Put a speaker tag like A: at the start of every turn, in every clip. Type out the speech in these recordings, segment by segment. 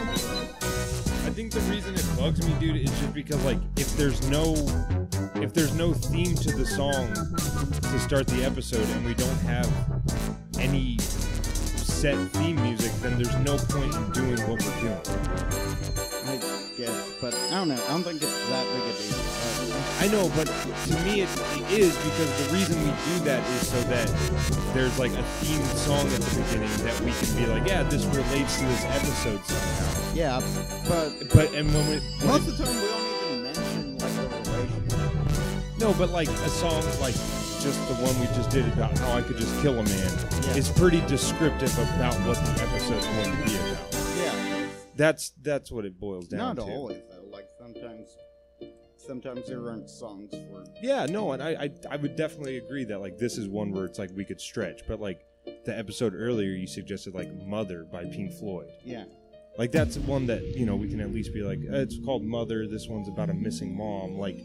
A: I think the reason it bugs me, dude, is just because like if there's no if there's no theme to the song to start the episode and we don't have any set theme music, then there's no point in doing what we're doing.
B: I guess, but I don't know. I don't think it's that big a deal. Uh,
A: I know, but to me it, it is because the reason we do that is so that there's like a themed song at the beginning that we can be like, yeah, this relates to this episode somehow.
B: yeah, but
A: But and when we when it-
B: most of the time we don't even mention like a relationship.
A: No, but like a song like just the one we just did about how I could just kill a man
B: Yeah.
A: is pretty descriptive about what the episode's going to be about.
B: Yeah,
A: That's that's what it boils down
B: not
A: to.
B: always though. Like sometimes, sometimes there aren't songs for.
A: Yeah, no, and I, I I would definitely agree that like this is one where it's like we could stretch, but like the episode earlier you suggested like Mother by Pink Floyd.
B: Yeah,
A: Like that's one that, you know, we can at least be like "Uh, it's called Mother, this one's about a missing mom. Like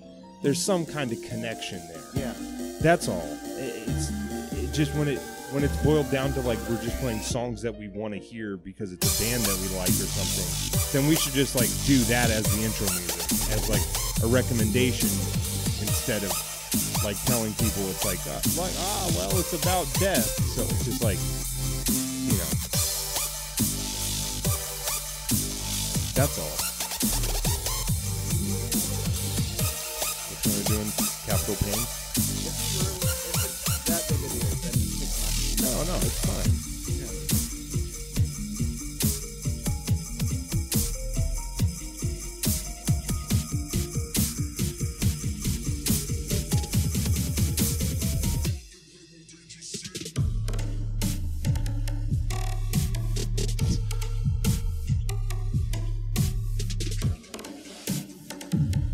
A: there's some kind of connection there.
B: yeah,
A: That's all. It- It's it just when it when it's boiled down to like we're just playing songs that we want to hear because it's a band that we like or something, then we should just like do that as the intro music, as like a recommendation instead of like telling people it's like uh, like ah well it's about death, so it's just like you know that's all. Which one are we doing? Capital Pain.
B: that big a deal. Then it's not.
A: No, no, it's fine.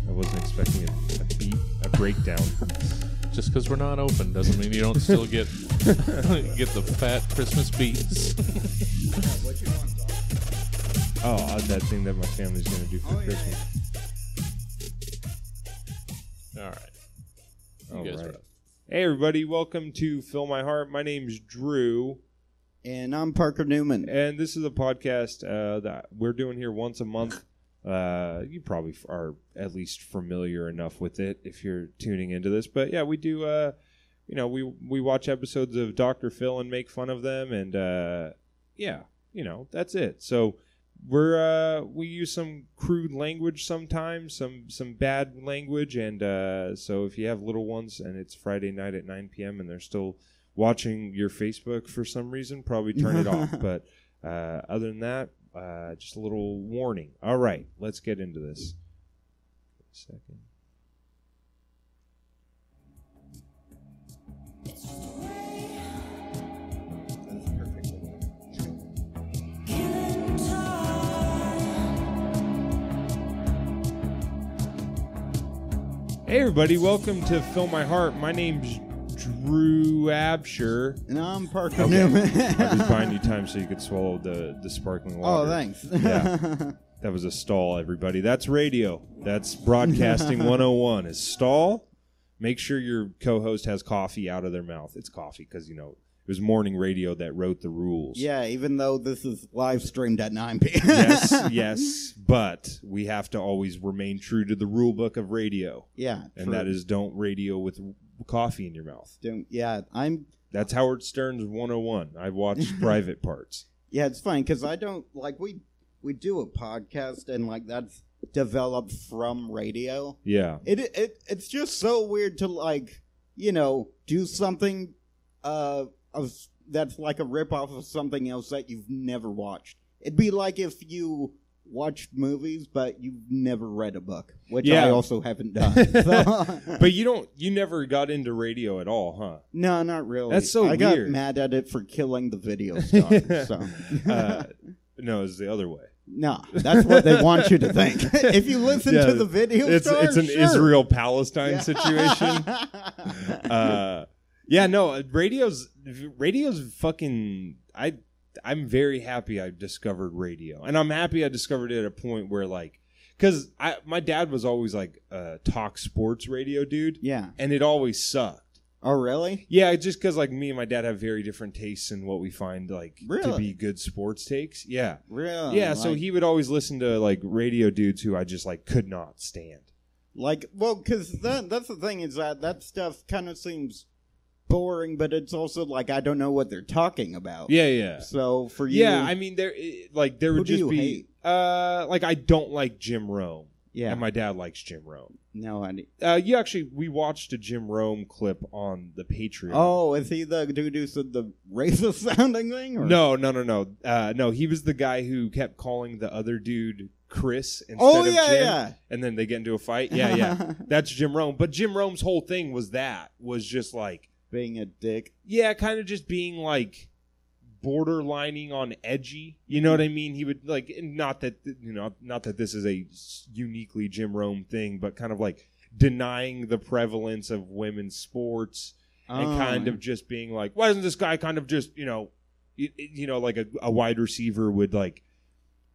A: I wasn't expecting a, a beat, a breakdown.
C: Just because we're not open doesn't mean you don't still get get the fat Christmas beats.
A: oh, uh, that thing that my family's gonna do for
B: Oh, yeah,
A: Christmas.
B: yeah.
C: All right. You
A: All
C: guys
A: right.
C: are up.
A: Hey everybody, welcome to Fill My Heart. My name's Drew,
B: And I'm Parker Newman.
A: and this is a podcast uh, that we're doing here once a month. Uh, you probably f- are at least familiar enough with it if you're tuning into this, but yeah, we do. Uh, you know, we we watch episodes of Doctor Phil and make fun of them, and uh, yeah, you know, that's it. So we're uh, we use some crude language sometimes, some some bad language, and uh, so if you have little ones and it's Friday night at 9 p.m. and they're still watching your Facebook for some reason, probably turn it off. But uh, other than that, uh, just a little warning. All right, let's get into this. Wait a second.
B: That's perfectly.
A: Hey everybody, welcome to Fill My Heart. My name's Drew Absher.
B: And I'm Parker
A: Okay. I was
B: Newman.
A: buying you time so you could swallow the, the sparkling
B: oh,
A: water.
B: thanks.
A: Yeah. That was a stall, everybody. That's radio. That's broadcasting 101. Is stall. Make sure your co-host has coffee out of their mouth. It's coffee because you know it was morning radio that wrote the rules.
B: Yeah, even though this is live streamed at 9 p.m.
A: yes, yes, but we have to always remain true to the rule book of radio,
B: Yeah.
A: and
B: true.
A: that is don't radio with coffee in your mouth.
B: Don't- yeah, I'm.
A: That's Howard Stern's 101. I've watched private parts.
B: Yeah, it's fine because I don't like we we do a podcast and like that's developed from radio.
A: Yeah.
B: It it it's just so weird to like you know do something uh of that's like a ripoff of something else that you've never watched. It'd be like if you watched movies but you've never read a book, which I
A: Yeah.
B: also haven't done. So-
A: But you don't you never got into radio at all, huh?
B: No, not really.
A: That's so
B: I got
A: weird.
B: mad at it for killing the video star. so.
A: Uh, no, it's the other way.
B: no, that's what they want you to think. if you listen
A: Yeah,
B: to the video
A: It's
B: star,
A: it's an
B: sure.
A: Israel Palestine
B: Yeah.
A: situation. uh, yeah, no, radio's radio's fucking. I I'm very happy I discovered radio, and I'm happy I discovered it at a point where like, because I my dad was always like a talk sports radio dude,
B: yeah.
A: and it always sucked.
B: Oh, really?
A: Yeah, just because like me and my dad have very different tastes in what we find like to
B: Really?
A: be good sports takes. Yeah,
B: Really?
A: yeah. so
B: like-
A: he would always listen to like radio dudes who I just like could not stand.
B: like, well, because that, that's the thing is that that stuff kind of seems boring, but it's also like I don't know what they're talking about.
A: Yeah, yeah.
B: So for you,
A: Yeah, I mean there i- like there
B: Who
A: would
B: do
A: just
B: you
A: be
B: hate?
A: uh like I don't like Jim Rome.
B: yeah,
A: And my dad likes Jim Rome.
B: no, I.
A: Uh you actually we watched a Jim Rome clip on the Patreon.
B: Oh, is he the dude who said the racist sounding thing? Or?
A: No, no, no, no. Uh no, he was the guy who kept calling the other dude Chris instead
B: Oh
A: of
B: yeah,
A: Jim.
B: yeah.
A: And then they get into a fight. Yeah, yeah. That's Jim Rome. But Jim Rome's whole thing was that was just like
B: Being a dick.
A: yeah, kind of just being like borderlining on edgy. You know what I mean? He would like not that you know not that this is a s- uniquely Jim Rome thing, but kind of like denying the prevalence of women's sports and
B: Oh.
A: kind of just being like, why doesn't this guy kind of just you know you, you know like a, a wide receiver would like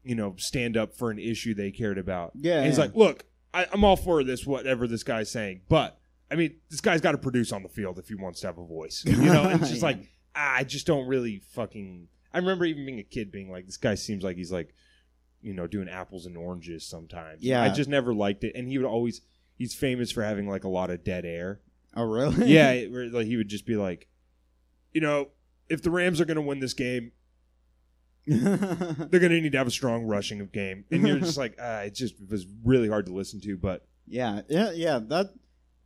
A: you know stand up for an issue they cared about.
B: Yeah.
A: And he's
B: yeah.
A: like, look, I, I'm all for this, whatever this guy's saying, but I mean, this guy's got to produce on the field if he wants to have a voice, you know. And it's just
B: Yeah.
A: like, ah, I just don't really fucking. I remember even being a kid, being like, this guy seems like he's like, you know, doing apples and oranges sometimes.
B: Yeah.
A: I just never liked it, and he would always. He's famous for having like a lot of dead air.
B: oh really?
A: yeah, it- where, like he would just be like, you know, if the Rams are going to win this game, they're going to need to have a strong rushing of game, and you're just like, ah, it just was really hard to listen to, but.
B: yeah, yeah, yeah. That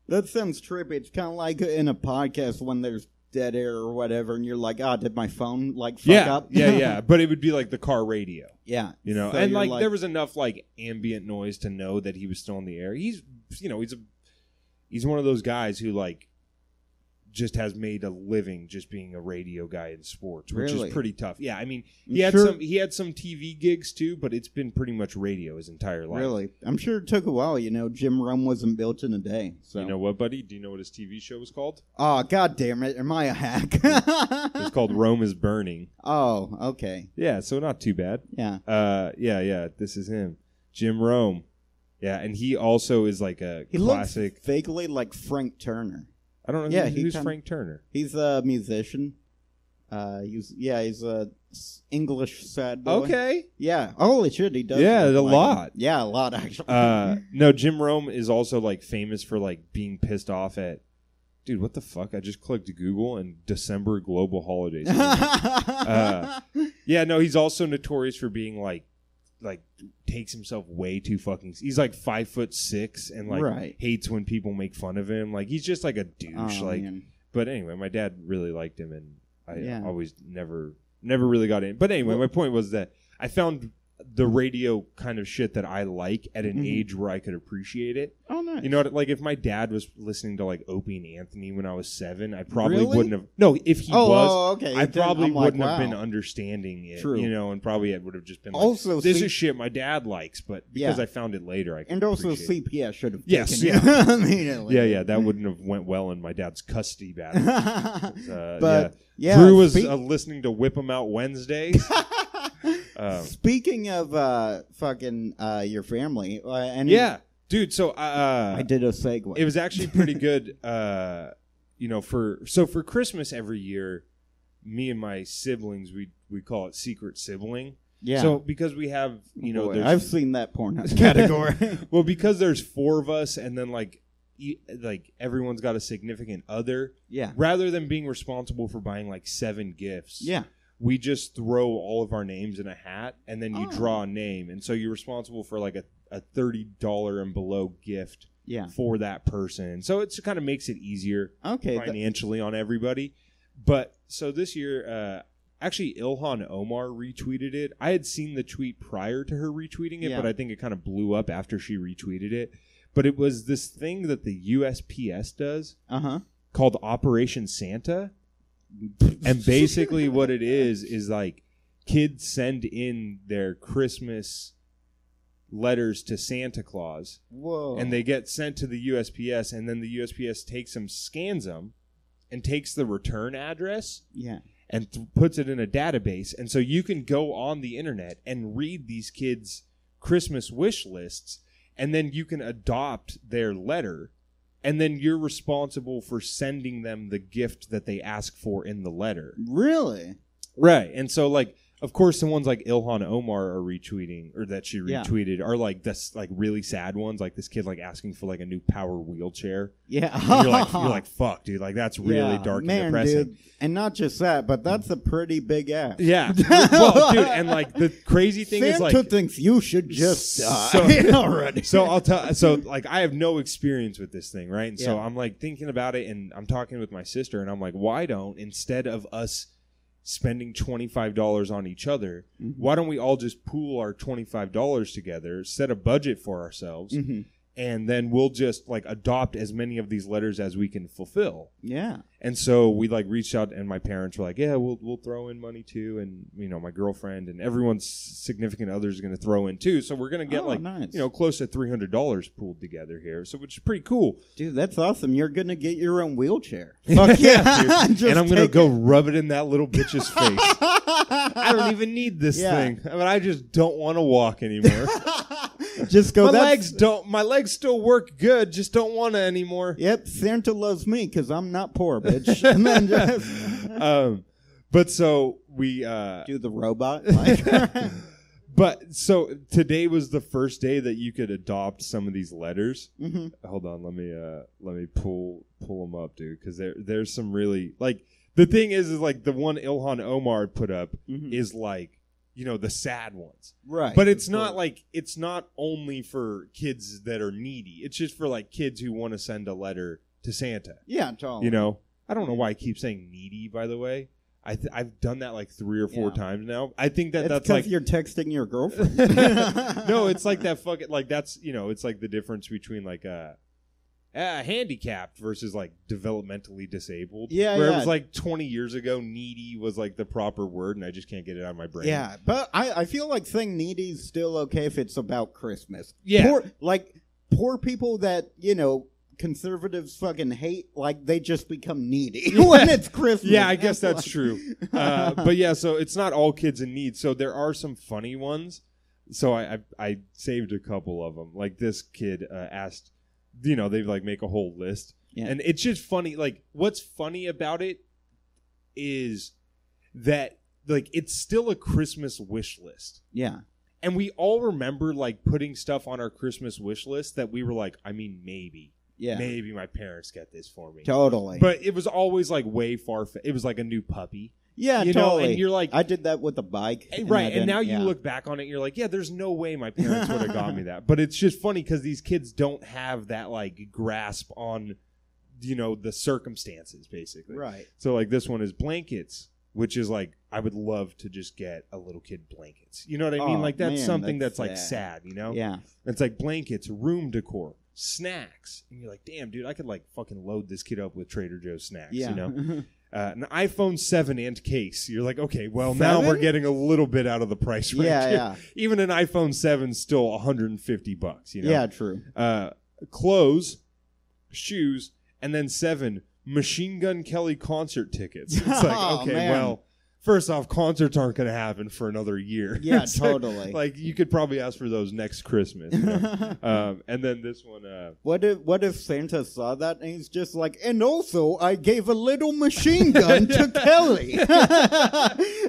B: that sounds trippy. It's kind of like in a podcast when there's dead air or whatever, and you're like, "Ah, did my phone like fuck
A: yeah,
B: up?"
A: yeah, yeah. But it would be like the car radio,
B: yeah.
A: you know.
B: So
A: and
B: you're
A: like, there was enough like ambient noise to know that he was still in the air. He's, you know, he's a, he's one of those guys who like, just has made a living just being a radio guy in sports, which
B: Really?
A: is pretty tough. Yeah, I mean,
B: I'm
A: he had
B: sure-
A: some he had some TV gigs too, but it's been pretty much radio his entire life.
B: Really, I'm sure it took a while. You know, Jim Rome wasn't built in a day. So,
A: You know what, buddy? Do you know what his TV show was called?
B: oh god damn it, am I a hack?
A: It's called Rome is Burning.
B: oh, okay,
A: Yeah, so not too bad.
B: yeah.
A: Uh, yeah, yeah. This is him, Jim Rome. Yeah, and he also is like a
B: He
A: classic.
B: looks vaguely like Frank Turner.
A: I don't know.
B: yeah,
A: who-
B: he
A: who's
B: kinda-
A: Frank Turner?
B: He's a musician. Uh, he's yeah, he's a s- English sad boy.
A: Okay.
B: Yeah. Holy shit, he does.
A: Yeah,
B: look
A: a
B: like
A: lot.
B: him. Yeah, a lot actually.
A: Uh, no, Jim Rome is also like famous for like being pissed off at. Dude, what the fuck? I just clicked Google and December global holidays. uh, yeah, no, he's also notorious for being like, like takes himself way too fucking. He's like five foot six and like
B: Right.
A: hates when people make fun of him. Like he's just like a
B: Oh,
A: douche. like
B: man.
A: but anyway, my dad really liked him, and I
B: Yeah.
A: always never, never really got in. But anyway,
B: Well-
A: my point was that I found the radio kind of shit that I like at an
B: Mhm.
A: age where I could appreciate it.
B: Oh no.
A: You know, what, like if my dad was listening to like Opie and Anthony when I was seven, I probably
B: Really?
A: wouldn't have. No, if he
B: oh,
A: was,
B: oh, okay.
A: I
B: Then
A: probably
B: I'm like,
A: wouldn't have been
B: wow.
A: understanding it.
B: True.
A: You know, and probably it would have just been like,
B: also,
A: this
B: C-
A: is shit my dad likes, but because
B: Yeah.
A: I found it later, I can
B: and also
A: appreciate it.
B: CPS should have.
A: Yes,
B: taken it immediately.
A: Yeah, yeah, that wouldn't have went well in my dad's custody battle.
B: yeah.
A: Uh, yeah.
B: but yeah,
A: Drew was
B: speak-
A: uh, listening to Whip 'Em Out Wednesday. um,
B: speaking of uh, fucking uh, your family. Uh, and
A: yeah, dude. So uh,
B: I did a segue.
A: it was actually pretty good. Uh, you know, for so for Christmas every year, me and my siblings we we call it secret sibling.
B: Yeah.
A: So because we have you know
B: Boy,
A: there's
B: I've seen that Pornhub category.
A: well because there's four of us and then like e- like everyone's got a significant other
B: yeah.
A: rather than being responsible for buying like seven gifts
B: Yeah.
A: we just throw all of our names in a hat and then you
B: Oh.
A: draw a name and so you're responsible for like a, a $30 and below gift
B: Yeah.
A: for that person so it kind of makes it easier
B: Okay. th-
A: financially on everybody but so this year uh actually ilhan omar retweeted it i had seen the tweet prior to her retweeting it
B: Yeah.
A: but i think it kind of blew up after she retweeted it but it was this thing that the usps does
B: uh-huh.
A: called Operation Santa. And basically, what it is is like kids send in their Christmas letters to Santa Claus,
B: Whoa.
A: and they get sent to the USPS, and then the USPS takes them, scans them, and takes the return address
B: Yeah.
A: and th- puts it in a database. And so you can go on the internet and read these kids' Christmas wish lists, and then you can adopt their letter. And then you're responsible for sending them the gift that they ask for in the letter.
B: Really?
A: Right. And so, like, of course, the ones like Ilhan Omar are retweeting, or that she
B: Yeah.
A: retweeted, are like this, like really sad ones, like this kid like asking for like a new power wheelchair.
B: Yeah.
A: And you're like, you're like, fuck, dude, like that's really
B: Yeah.
A: dark
B: Man,
A: and depressing. Mm.
B: Dude. And not just that, but that's a pretty big ass.
A: Yeah. well, dude, and like the crazy thing is
B: Santa
A: like
B: thinks you should just uh,
A: So-
B: die already.
A: so I'll tell so like I have no experience with this thing, right? And so
B: Yeah.
A: I'm like thinking about it and I'm talking with my sister and I'm like, why don't instead of us spending twenty five dollars on each other,
B: Mm-hmm.
A: why don't we all just pool our twenty five dollars together, set a budget for ourselves,
B: Mhm.
A: and then we'll just like adopt as many of these letters as we can fulfill.
B: Yeah.
A: And so we like reached out, and my parents were like, "Yeah, we'll we'll throw in money too," and you know, my girlfriend and everyone's significant others is going to throw in too. So we're going to get
B: Oh,
A: like
B: nice.
A: you know close to three hundred dollars pooled together here, so which is pretty cool.
B: Dude, that's awesome. You're gonna get your own wheelchair. Fuck yeah.
A: dude.
B: Just
A: and I'm going to
B: take
A: go rub it in that little bitch's face. I don't even need this
B: Yeah.
A: thing, but I just don't want to walk anymore.
B: it. Just go
A: my
B: that's-
A: legs don't. My legs still work good, just don't want to anymore.
B: Yep, Santa loves me because I'm not poor, bitch. and then just
A: Um, but so we uh,
B: do the robot. Like,
A: But so today was the first day that you could adopt some of these letters.
B: Mhm.
A: Hold on, let me uh let me pull pull them up, dude, because there there's some really like the thing is is like the one Ilhan Omar put up
B: Mhm.
A: is like you know the sad ones,
B: Right.
A: but it's not like it's not only for kids that are needy. It's just for like kids who want to send a letter to Santa.
B: Yeah, tall.
A: You know, I don't know why I keep saying needy. By the way, I th- I've done that like three or four
B: Yeah.
A: times now. I think that
B: it's
A: that's
B: because
A: like
B: you're texting your girlfriend.
A: no, it's like that fucking like that's you know it's like the difference between like uh, uh handicapped versus like developmentally disabled.
B: Yeah,
A: where it
B: yeah.
A: was like 20 years ago, needy was like the proper word, and I just can't get it out of my brain.
B: Yeah, but I, I feel like saying needy's still okay if it's about Christmas.
A: Yeah.
B: Poor, like, poor people that, you know, conservatives fucking hate, like, they just become needy when it's Christmas.
A: yeah, I guess
B: It's
A: that's
B: like-
A: true. Uh, but yeah, so it's not all kids in need. So there are some funny ones. So I I, I saved a couple of them. Like this kid uh, asked, you know, they like make a whole list,
B: Yeah.
A: and it's just funny. Like what's funny about it is that like it's still a Christmas wish list.
B: Yeah.
A: And we all remember like putting stuff on our Christmas wish list that we were like, I mean, maybe,
B: Yeah.
A: maybe my parents get this for me.
B: Totally.
A: But it was always like way far. fa- It was like a new puppy
B: yeah,
A: you know,
B: totally.
A: and you're like,
B: I did that with a bike.
A: eh, right.
B: I
A: And now
B: didn't-
A: you
B: yeah.
A: look back on it, you're like, yeah, there's no way my parents would have got me that. But it's just funny because these kids don't have that like grasp on, you know, the circumstances basically.
B: Right.
A: So like this one is blankets, which is like I would love to just get a little kid blankets. You know what I mean?
B: Aw,
A: like that's
B: man,
A: something
B: that's
A: that's, like
B: sad.
A: sad. You know?
B: Yeah.
A: It's like blankets, room decor, snacks, and you're like, damn, dude, I could like fucking load this kid up with Trader Joe's snacks.
B: Yeah.
A: You know? uh, an iPhone 7 and case. You're like, okay, well, now
B: Seven?
A: we're getting a little bit out of the price range.
B: yeah, yeah.
A: Even an iPhone 7 's still 150 bucks, you know.
B: Yeah, true.
A: Uh, clothes, shoes, and then 7 machine gun Kelly concert tickets. It's like,
B: Oh,
A: okay,
B: man.
A: well, first off, concerts aren't going to happen for another year.
B: Yeah,
A: It's like-
B: totally.
A: Like you could probably ask for those next Christmas. you know? um, and then this one, uh,
B: What if what if Santa saw that and he's just like, and also I gave a little machine gun to Kelly.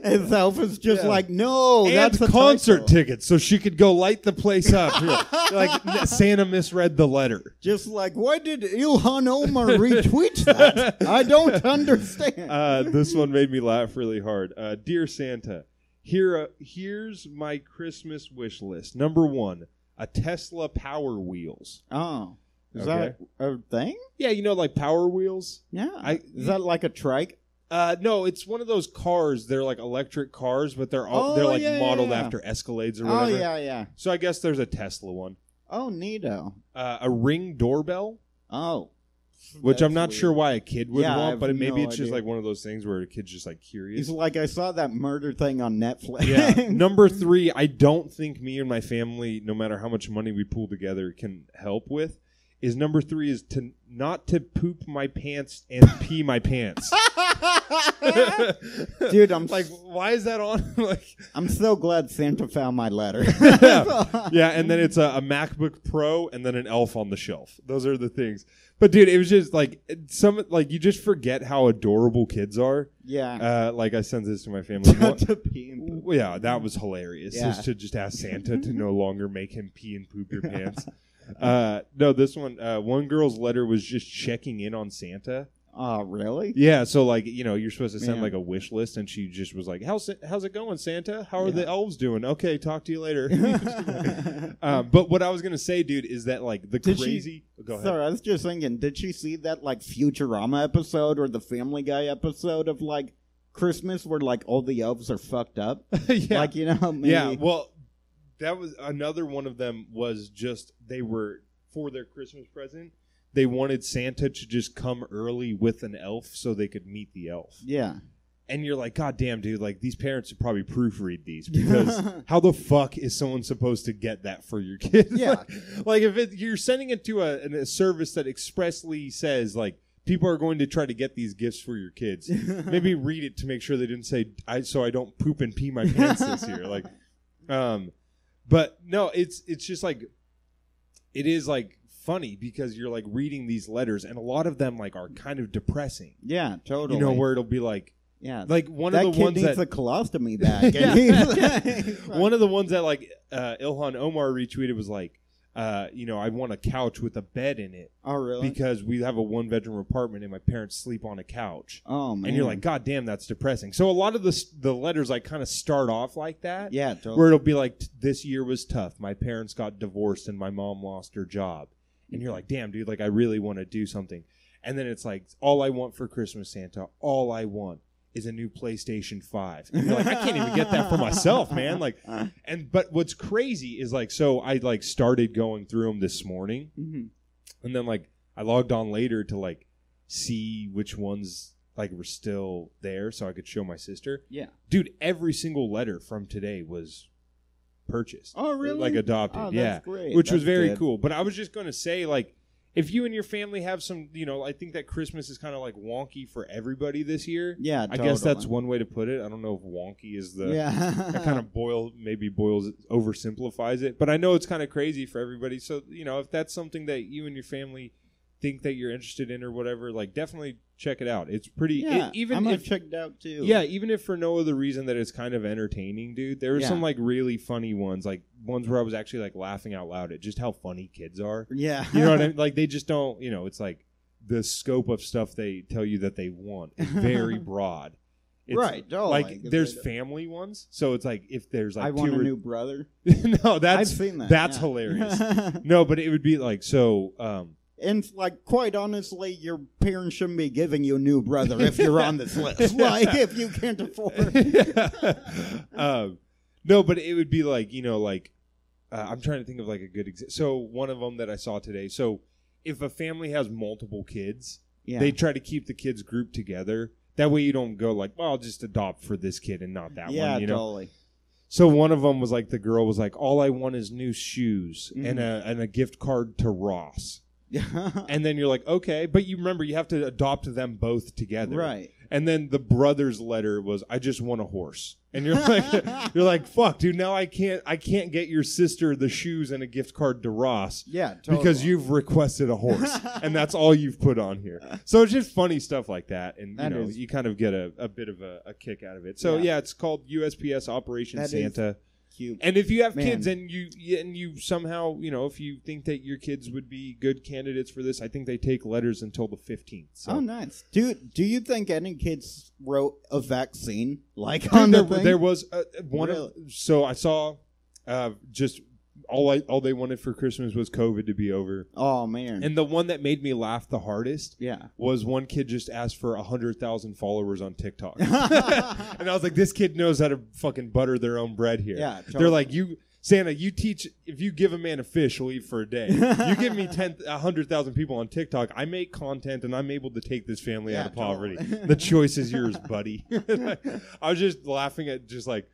B: and Alpha's just
A: Yeah.
B: like, no,
A: and
B: that's a
A: concert
B: typo."
A: tickets, so she could go light the place up. like n- Santa misread the letter.
B: Just like, why did Ilhan Omar retweet that? I don't understand.
A: Uh, this one made me laugh really hard. Uh, Dear Santa, here uh, here's my Christmas wish list. Number one, a Tesla Power Wheels.
B: oh, is
A: Okay.
B: that a thing?
A: Yeah, you know, like Power Wheels.
B: Yeah,
A: I-
B: is that like a trike?
A: Uh, no, it's one of those cars. They're like electric cars, but they're all,
B: Oh,
A: they're like
B: yeah, yeah,
A: modeled
B: yeah.
A: after Escalades or
B: Oh
A: whatever.
B: yeah, yeah.
A: So I guess there's a Tesla one,
B: Oh, neato.
A: uh, a Ring doorbell,
B: Oh,
A: which I'm
B: That's
A: not
B: weird.
A: sure why a kid would
B: Yeah, I
A: want,
B: have
A: but it, maybe
B: no
A: it's just
B: idea.
A: like one of those things where a kid's just like curious.
B: He's like, I saw that murder thing on Netflix.
A: yeah. Number three, I don't think me and my family, no matter how much money we pool together, can help with. Is number three is to not to poop my pants and pee my pants.
B: Dude, I'm
A: like, why is that on? like,
B: I'm so glad Santa found my letter.
A: yeah, and then it's a, a MacBook Pro and then an Elf on the shelf. Those are the things. But dude, it was just like it- some like you just forget how adorable kids are.
B: yeah.
A: Uh, like I sent this to my family. One-
B: To pee and poop.
A: Well, yeah, that was hilarious.
B: Yeah.
A: Just to just ask Santa to no longer make him pee and poop your pants. Uh, no, this one. Uh, one girl's letter was just checking in on Santa.
B: Oh, really?
A: Yeah, so like you know, you're supposed to send
B: Yeah.
A: like a wish list, and she just was like, "How's it, how's it going, Santa? How are
B: Yeah.
A: the elves doing? Okay, talk to you later." um, but what I was gonna say, dude, is that like the
B: Did she-
A: crazy. Go ahead.
B: Sorry, I was just thinking, did she see that like Futurama episode or the Family Guy episode of like Christmas where like all the elves are fucked up?
A: yeah.
B: Like, you know, maybe
A: Yeah, well, that was another one of them was just they were for their Christmas present. They wanted Santa to just come early with an elf so they could meet the elf.
B: Yeah.
A: And you're like, God damn, dude, like these parents should probably proofread these because how the fuck is someone supposed to get that for your kid?
B: Yeah.
A: like, like, if it, you're sending it to a, an- a service that expressly says, like, people are going to try to get these gifts for your kids, maybe read it to make sure they didn't say I so I don't poop and pee my pants this year. Like um but no, it's it's just like it is like funny because you're like reading these letters and a lot of them like are kind of depressing.
B: Yeah, totally.
A: You know where it'll be like
B: Yeah.
A: like one
B: that
A: of the
B: kid
A: ones
B: needs
A: that
B: a colostomy bag.
A: Yeah.
B: And he's like-
A: one of the ones that like uh, Ilhan Omar retweeted was like uh, you know, I want a couch with a bed in it
B: oh, really?
A: because we have a one bedroom apartment and my parents sleep on a couch.
B: oh, man.
A: and you're like, God damn, that's depressing. So a lot of the s- the letters like kind of start off like that,
B: yeah, totally.
A: where it'll be like, "T- this year was tough. My parents got divorced and my mom lost her job, and you're like, damn, dude, like I really want to do something. And then it's like, all I want for Christmas, Santa, all I want is a new PlayStation Five. And you're like, I can't even get that for myself, man. Like,
B: Uh,
A: and but what's crazy is like, so I like started going through them this morning,
B: Mhm.
A: and then like I logged on later to like see which ones like were still there so I could show my sister.
B: Yeah.
A: Dude, every single letter from today was purchased.
B: Oh, really?
A: Like adopted.
B: Oh, that's
A: yeah.
B: great.
A: Which was
B: That's
A: very
B: good.
A: cool. But I was just going to say like if you and your family have some, you know, I think that Christmas is kind of like wonky for everybody this year.
B: Yeah,
A: I guess
B: totally.
A: that's one way to put it. I don't know if wonky is the
B: yeah.
A: that kind of boil maybe boils it, oversimplifies it. But I know it's kind of crazy for everybody. So you know, if that's something that you and your family think that you're interested in or whatever, like definitely check it out. It's pretty.
B: yeah,
A: it- e-, even
B: I might
A: if
B: have checked out too.
A: yeah, even if for no other reason that it's kind of entertaining, dude. There were
B: Yeah.
A: some like really funny ones, like ones where I was actually like laughing out loud at just how funny kids are.
B: yeah.
A: You know what I mean? Like they just don't. You know, it's like the scope of stuff they tell you that they want is very broad. It's-
B: right. Totally.
A: like
B: 'cause
A: there's
B: they-
A: family ones, so it's like if there's
B: Oh
A: like
B: I
A: two
B: want a
A: or-
B: new brother.
A: no, that's
B: I've seen that.
A: that's
B: yeah.
A: hilarious. no, but it would be like so. Um,
B: and like, quite honestly, your parents shouldn't be giving you a new brother if you're on this list. Like, if you can't afford.
A: um, no, but it would be like you know, like uh, I'm trying to think of like a good example. So one of them that I saw today. So if a family has multiple kids,
B: Yeah.
A: they try to keep the kids grouped together. That way you don't go like, well, I'll just adopt for this kid and not that
B: yeah,
A: one. You know,
B: totally.
A: So one of them was like the girl was like, "All I want is new shoes
B: Mhm.
A: and a and a gift card to Ross." And then you're like, "Okay," but you remember you have to adopt them both together,
B: right.
A: And then the brother's letter was, "I just want a horse." And you're like, you're like, fuck, dude. Now I can't, I can't get your sister the shoes and a gift card to Ross
B: Yeah, totally.
A: because you've requested a horse, and that's all you've put on here. So it's just funny stuff like that, and you
B: That
A: know,
B: is-
A: you kind of get a, a bit of a, a kick out of it. So yeah,
B: Yeah.
A: it's called USPS Operation
B: That is-
A: Santa.
B: cute.
A: And if you have
B: Man.
A: kids and you you- and you somehow you know if you think that your kids would be good candidates for this, I think they take letters until the fifteenth. So.
B: Oh, nice. Do Do you think any kids wrote a vaccine like
A: Dude,
B: on
A: there,
B: the thing?
A: there was uh one. of- so I saw uh, just all I, all they wanted for Christmas was COVID to be over.
B: oh man.
A: And the one that made me laugh the hardest
B: yeah.
A: was one kid just asked for a hundred thousand followers on TikTok, and I was like, this kid knows how to fucking butter their own bread here.
B: Yeah,
A: They're
B: totally.
A: like you. Santa, you teach. If you give a man a fish, he'll eat for a day. You give me ten, a hundred thousand people on TikTok, I make content, and I'm able to take this family out
B: Yeah,
A: of poverty.
B: totally.
A: the choice is yours, buddy. Like, I was just laughing at just like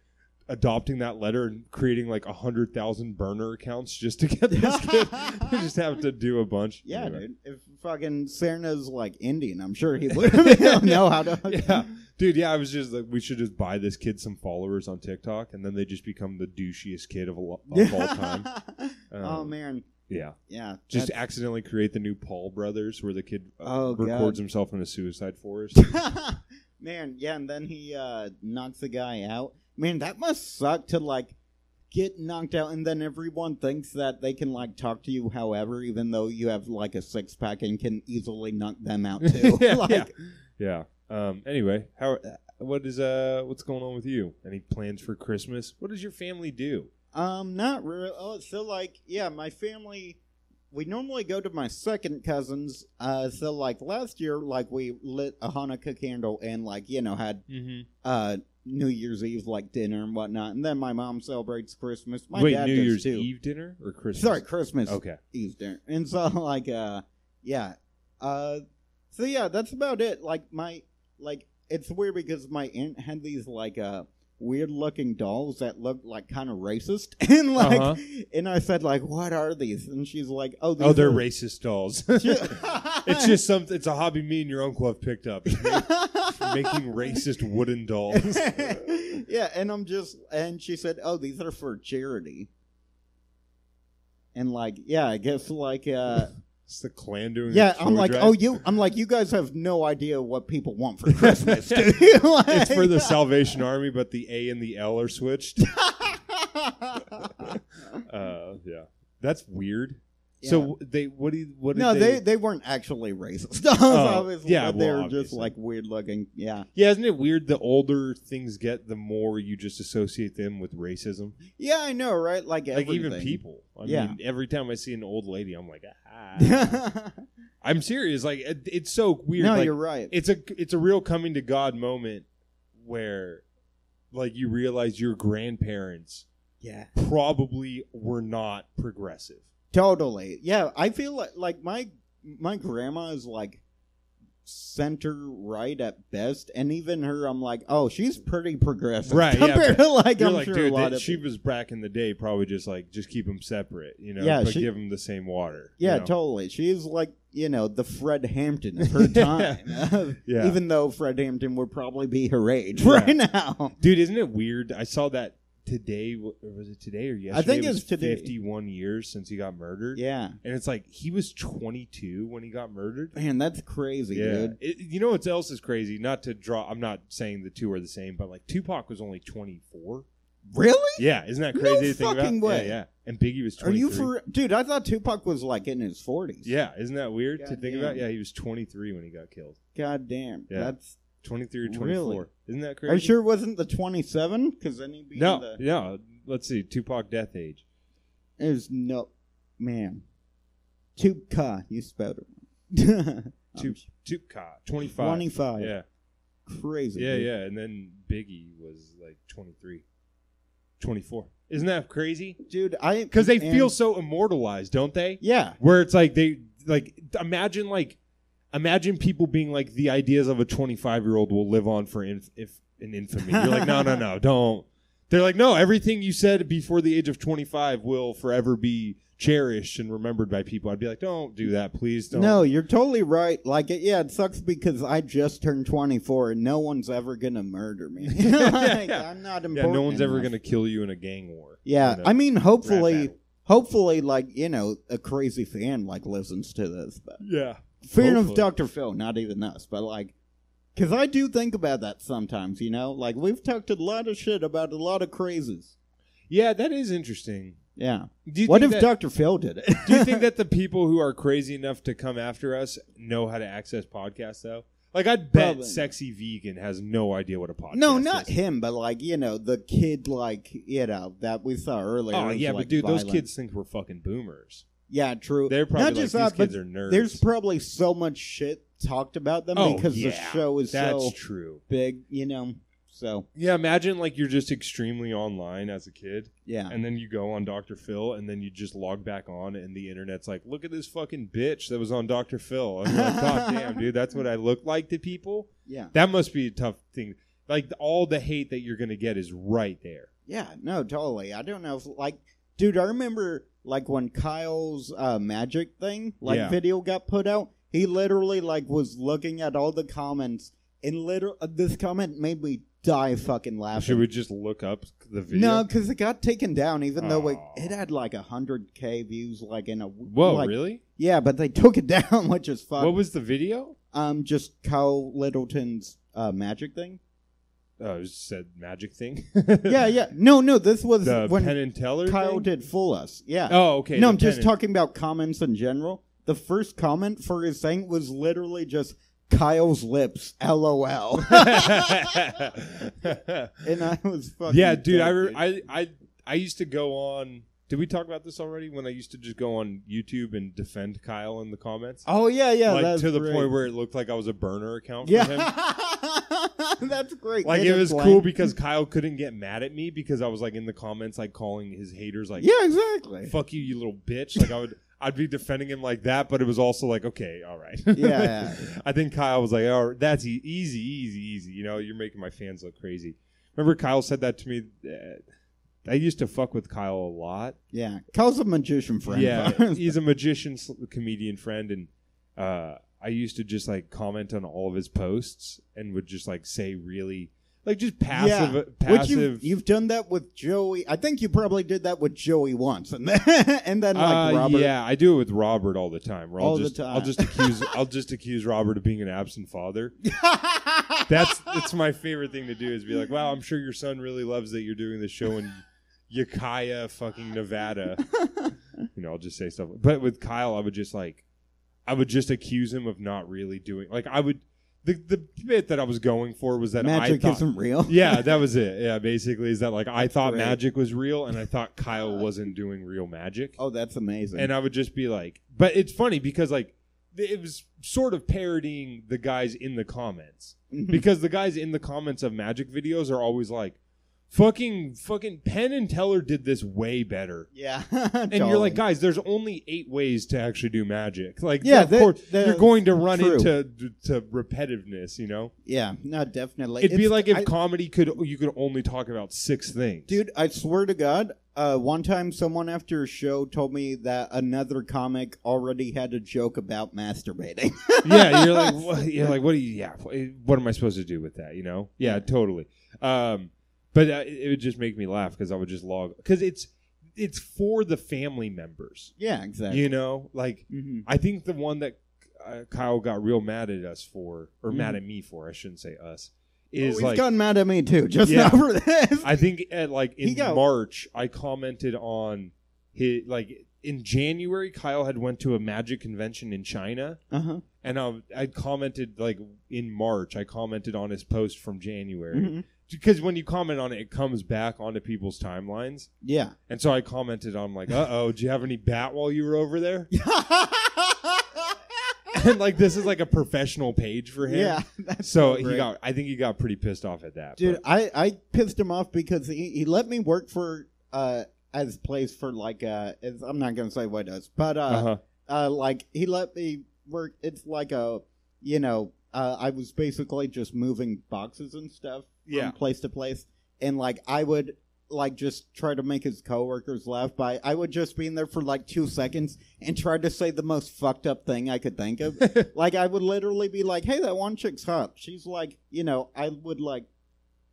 A: adopting that letter and creating like a hundred thousand burner accounts just to get this kid. You just have to do a bunch.
B: Yeah,
A: Anyway.
B: dude. If fucking Serna's like Indian, I'm sure he literally don't know how to.
A: yeah, dude. Yeah, I was just like, we should just buy this kid some followers on TikTok, and then they just become the douchiest kid of, a lo- of all time. Um,
B: oh man.
A: Yeah,
B: Yeah.
A: just
B: that's-
A: accidentally create the new Paul Brothers, where the kid uh,
B: Oh, God.
A: records himself in a suicide forest.
B: man. Yeah, and then he uh, knocks the guy out. Man, that must suck to like get knocked out, and then everyone thinks that they can like talk to you, however, even though you have like a six pack and can easily knock them out too.
A: Yeah,
B: like,
A: yeah. yeah. Um. Anyway, how? What is uh? What's going on with you? Any plans for Christmas? What does your family do?
B: Um, not really. Oh, so like, yeah, my family. We normally go to my second cousin's. Uh, so like last year, like we lit a Hanukkah candle and like you know had
A: Mm-hmm.
B: uh New Year's Eve like dinner and whatnot, and then my mom celebrates Christmas. My
A: Wait,
B: dad
A: New
B: does
A: Year's
B: too.
A: Eve dinner or Christmas?
B: Sorry, Christmas
A: Okay.
B: Eve dinner, and so like uh yeah, uh so yeah, that's about it. Like my like it's weird because my aunt had these like uh weird looking dolls that looked like kind of racist, and like
A: Uh-huh.
B: and I said like what are these? And she's like oh these
A: Oh, they're
B: are-
A: racist dolls.
B: it's
A: It's just something. It's a hobby me and your uncle have picked up. Making racist wooden dolls.
B: yeah, and I'm just and she said, "Oh, these are for charity." And like, yeah, I guess like uh
A: It's the clan doing.
B: yeah,
A: a
B: I'm
A: toy
B: like,
A: drive.
B: "Oh, you I'm like, you guys have no idea what people want for Christmas." do you?" Like-
A: It's for the Salvation Army, but the A and the L are switched. Uh, yeah, that's weird. So w- they what do you, what did
B: no,
A: they, Oh,
B: they, they weren't actually racist. obviously,
A: yeah,
B: but they
A: well,
B: were just
A: obviously.
B: like weird looking. Yeah,
A: yeah isn't it weird the older things get the more you just associate them with racism
B: yeah, I know, right? Like,
A: like even
B: everything.
A: people I
B: Yeah.
A: mean every time I see an old lady I'm like ah.
B: no,
A: I'm serious like it, it's so weird like,
B: you're right.
A: it's a it's a real coming to God moment where like you realize your grandparents
B: yeah,
A: probably were not progressive
B: Totally. Yeah, I feel like like my my grandma is like center right at best, and even her, I'm like, oh, she's pretty progressive,
A: Right, yeah,
B: Compared to like,
A: You're
B: I'm
A: like,
B: sure
A: dude,
B: a lot
A: that-
B: of
A: she
B: people-
A: was back in the day probably just like just keep them separate, you know,
B: Yeah,
A: but
B: she-
A: give them the same water. you
B: Yeah,
A: know?
B: totally. She's like, you know, the Fred Hampton of her time.
A: Yeah.
B: Even though Fred Hampton would probably be her age
A: Yeah.
B: right now.
A: dude, isn't it weird? I saw that today. w- Or was it today or yesterday?
B: think
A: It
B: it
A: was
B: was today.
A: Fifty-one years since he got murdered.
B: Yeah.
A: and it's like he was twenty-two when he got murdered.
B: Man, that's crazy,
A: Yeah,
B: dude.
A: It- you know what else is crazy? Not to draw. I'm not saying the two are the same, but like Tupac was only twenty-four.
B: Really?
A: Yeah, isn't that
B: No
A: crazy to think
B: fucking
A: about?
B: way.
A: Yeah, yeah. And Biggie was.
B: Are
A: 23.
B: you for dude? I thought Tupac was like in his forties.
A: Yeah, isn't that weird to
B: God
A: think
B: damn.
A: about? Yeah, he was twenty-three when he got killed.
B: God damn.
A: Yeah.
B: That's
A: 23 or 24.
B: Really?
A: Isn't that crazy?
B: Are you sure it wasn't the 27? Because then he'd be
A: No,
B: in the.
A: no. Let's see. Tupac death age.
B: There's no. Man. Tubka. You spelled it wrong.
A: Tu-
B: Um,
A: Tupac, 25.
B: 25.
A: Yeah.
B: Crazy.
A: Yeah,
B: dude.
A: yeah. And then Biggie was like 23, 24. Isn't that crazy?
B: Dude, I.
A: Because they
B: and-
A: feel so immortalized, don't they?
B: Yeah.
A: Where it's like they, like, imagine, like, imagine people being like, the ideas of a 25 year old will live on for inf- if an infamy. You're like, no, no, no. Don't. They're like, no, everything you said before the age of 25 will forever be cherished and remembered by people. I'd be like, don't do that, please don't.
B: No, you're totally right. Like, it, yeah, it sucks because I just turned 24 and no one's ever gonna murder me. Like,
A: Yeah.
B: I'm not
A: yeah,
B: important.
A: no one's ever
B: enough.
A: gonna kill you in a gang war.
B: Yeah,
A: You know?
B: I mean, hopefully,
A: battle.
B: hopefully, like you know, a crazy fan like listens to this. But
A: yeah,
B: fear of
A: Hopefully.
B: Doctor Phil, not even us, but like, because I do think about that sometimes. You know, like we've talked a lot of shit about a lot of crazies.
A: yeah, that is interesting.
B: Yeah.
A: Do you
B: What if
A: think that,
B: Doctor Phil did it?
A: do you think that the people who are crazy enough to come after us know how to access podcasts though? Like, I'd bet
B: Probably not.
A: sexy vegan has no idea what a podcast.
B: no, not
A: is.
B: him, but like you know, the kid, like you know, that we saw earlier.
A: Oh
B: was,
A: yeah,
B: like,
A: but dude,
B: violent.
A: those kids think we're fucking boomers.
B: Yeah, true.
A: They're probably
B: not
A: like,
B: just
A: these
B: that,
A: kids
B: but
A: are nerds.
B: there's probably so much shit talked about them
A: Oh,
B: because the
A: yeah.
B: show is
A: That's
B: so
A: true.
B: big. You know, so
A: Yeah, imagine like you're just extremely online as a kid,
B: yeah.
A: and then you go on Dr. Phil, and then you just log back on, and the internet's like, "Look at this fucking bitch that was on Dr. Phil." I'm like, "God damn, dude, that's what I look like to people."
B: Yeah.
A: That must be a tough thing. Like all the hate that you're gonna get is right there.
B: Yeah. No, totally. I don't know if like dude, I remember like when Kyle's uh magic thing, like
A: Yeah.
B: video got put out, he literally like was looking at all the comments and literal uh, this comment made me die fucking
A: Should
B: laughing.
A: we just look up the video?
B: no, because it got taken down, even though it,
A: Aw.
B: it had like hundred k views, like in a
A: Whoa,
B: like,
A: really?
B: Yeah, but they took it down, which is fucked.
A: What was the video?
B: um, just Kyle Littleton's uh, magic thing.
A: Oh, it just said magic thing.
B: yeah, yeah. No, no, this was
A: The
B: when
A: Penn and Teller.
B: Kyle
A: thing?
B: did fool us. Yeah.
A: Oh, okay.
B: no,
A: the
B: I'm just
A: Penn and-
B: talking about comments in general. The first comment for his thing was literally just Kyle's lips, LOL. and I was fucking.
A: yeah, dude. I,
B: dead,
A: re- I I I used to go on. Did we talk about this already? When I used to just go on YouTube and defend Kyle in the comments,
B: Oh yeah, yeah.
A: like
B: that's
A: to the
B: great.
A: point where it looked like I was a burner account for him.
B: Yeah, that's great.
A: Like
B: Get
A: it was
B: blank.
A: cool because Kyle couldn't get mad at me because I was like in the comments like calling his haters like
B: yeah, exactly.
A: "fuck you, you little bitch." Like I would I'd be defending him like that, but it was also like okay, all right.
B: yeah.
A: I think Kyle was like, "Oh, that's e- easy, easy, easy." You know, you're making my fans look crazy. Remember, Kyle said that to me. uh, I used to fuck with Kyle a lot.
B: Yeah, Kyle's a magician friend.
A: yeah,
B: of ours.
A: he's a magician, sl- comedian friend, and uh, I used to just like comment on all of his posts and would just like say really like just passive, uh,
B: Which
A: passive.
B: you've, you've done that with Joey. I think you probably did that with Joey once, and then and then like
A: Uh,
B: Robert.
A: yeah, I do it with Robert all the time. where I'll
B: All the
A: just, I'll
B: time.
A: just accuse I'll just accuse Robert of being an absent father. That's it's my favorite thing to do is be like, wow, I'm sure your son really loves that you're doing this show in Ukiah, fucking Nevada. you know, I'll just say stuff. But with Kyle, I would just like, I would just accuse him of not really doing. Like, I would the the bit that I was going for was that
B: Magic
A: I thought,
B: isn't real.
A: yeah, that was it. Yeah, basically, is that like I thought
B: Great.
A: magic was real, and I thought Kyle wasn't doing real magic.
B: Oh, that's amazing.
A: And uh, I would just be like, but it's funny because like th- it was sort of parodying the guys in the comments
B: Hmm. Mm-hmm.
A: because the guys in the comments of magic videos are always like, fucking, fucking Penn and Teller did this way better.
B: yeah,
A: And you're like, guys, there's only eight ways to actually do magic. Like,
B: Yeah,
A: yeah, of
B: that-
A: course,
B: that-
A: you're going to run
B: true.
A: into to repetitiveness. You know,
B: yeah, no, definitely.
A: it'd be
B: It's-
A: like if
B: I-
A: comedy could you could only talk about six things.
B: Dude, I swear to God, uh, one time someone after a show told me that another comic already had a joke about masturbating.
A: yeah, you're like, what, you're like, what do you? Yeah, eh, what am I supposed to do with that? You know? Yeah, totally. Um, but uh, it would just make me laugh because I would just log because it's it's for the family members.
B: yeah, exactly.
A: You know, like
B: hmm
A: I think the one that uh, Kyle got real mad at us for, or
B: Mhm.
A: mad at me for, I shouldn't say us,
B: Oh,
A: is
B: he's
A: like
B: gotten mad at me too, just now
A: Yeah.
B: for this.
A: I think at like
B: He
A: in
B: got-
A: March, I commented on his like in January, Kyle had went to a magic convention in China.
B: Uh-huh.
A: and I, I commented like in March. I commented on his post from January
B: Mhm.
A: because when you comment on it, it comes back onto people's timelines.
B: Yeah.
A: And so I commented on like, "Uh oh, do you have any bat while you were over there?" and like this is like a professional page for him.
B: yeah. so
A: So
B: great.
A: he got. I think he got pretty pissed off at that.
B: Dude,
A: but-
B: I, I pissed him off because he, he let me work for uh as place for like uh it's, I'm not gonna say what it is, but uh
A: uh-huh.
B: uh like he let me work it's like a you know, uh I was basically just moving boxes and stuff
A: Yeah.
B: from place to place and like I would like just try to make his coworkers laugh by I would just be in there for like two seconds and try to say the most fucked up thing I could think of. like I would literally be like, Hey, that one chick's hot. She's like, you know, I would like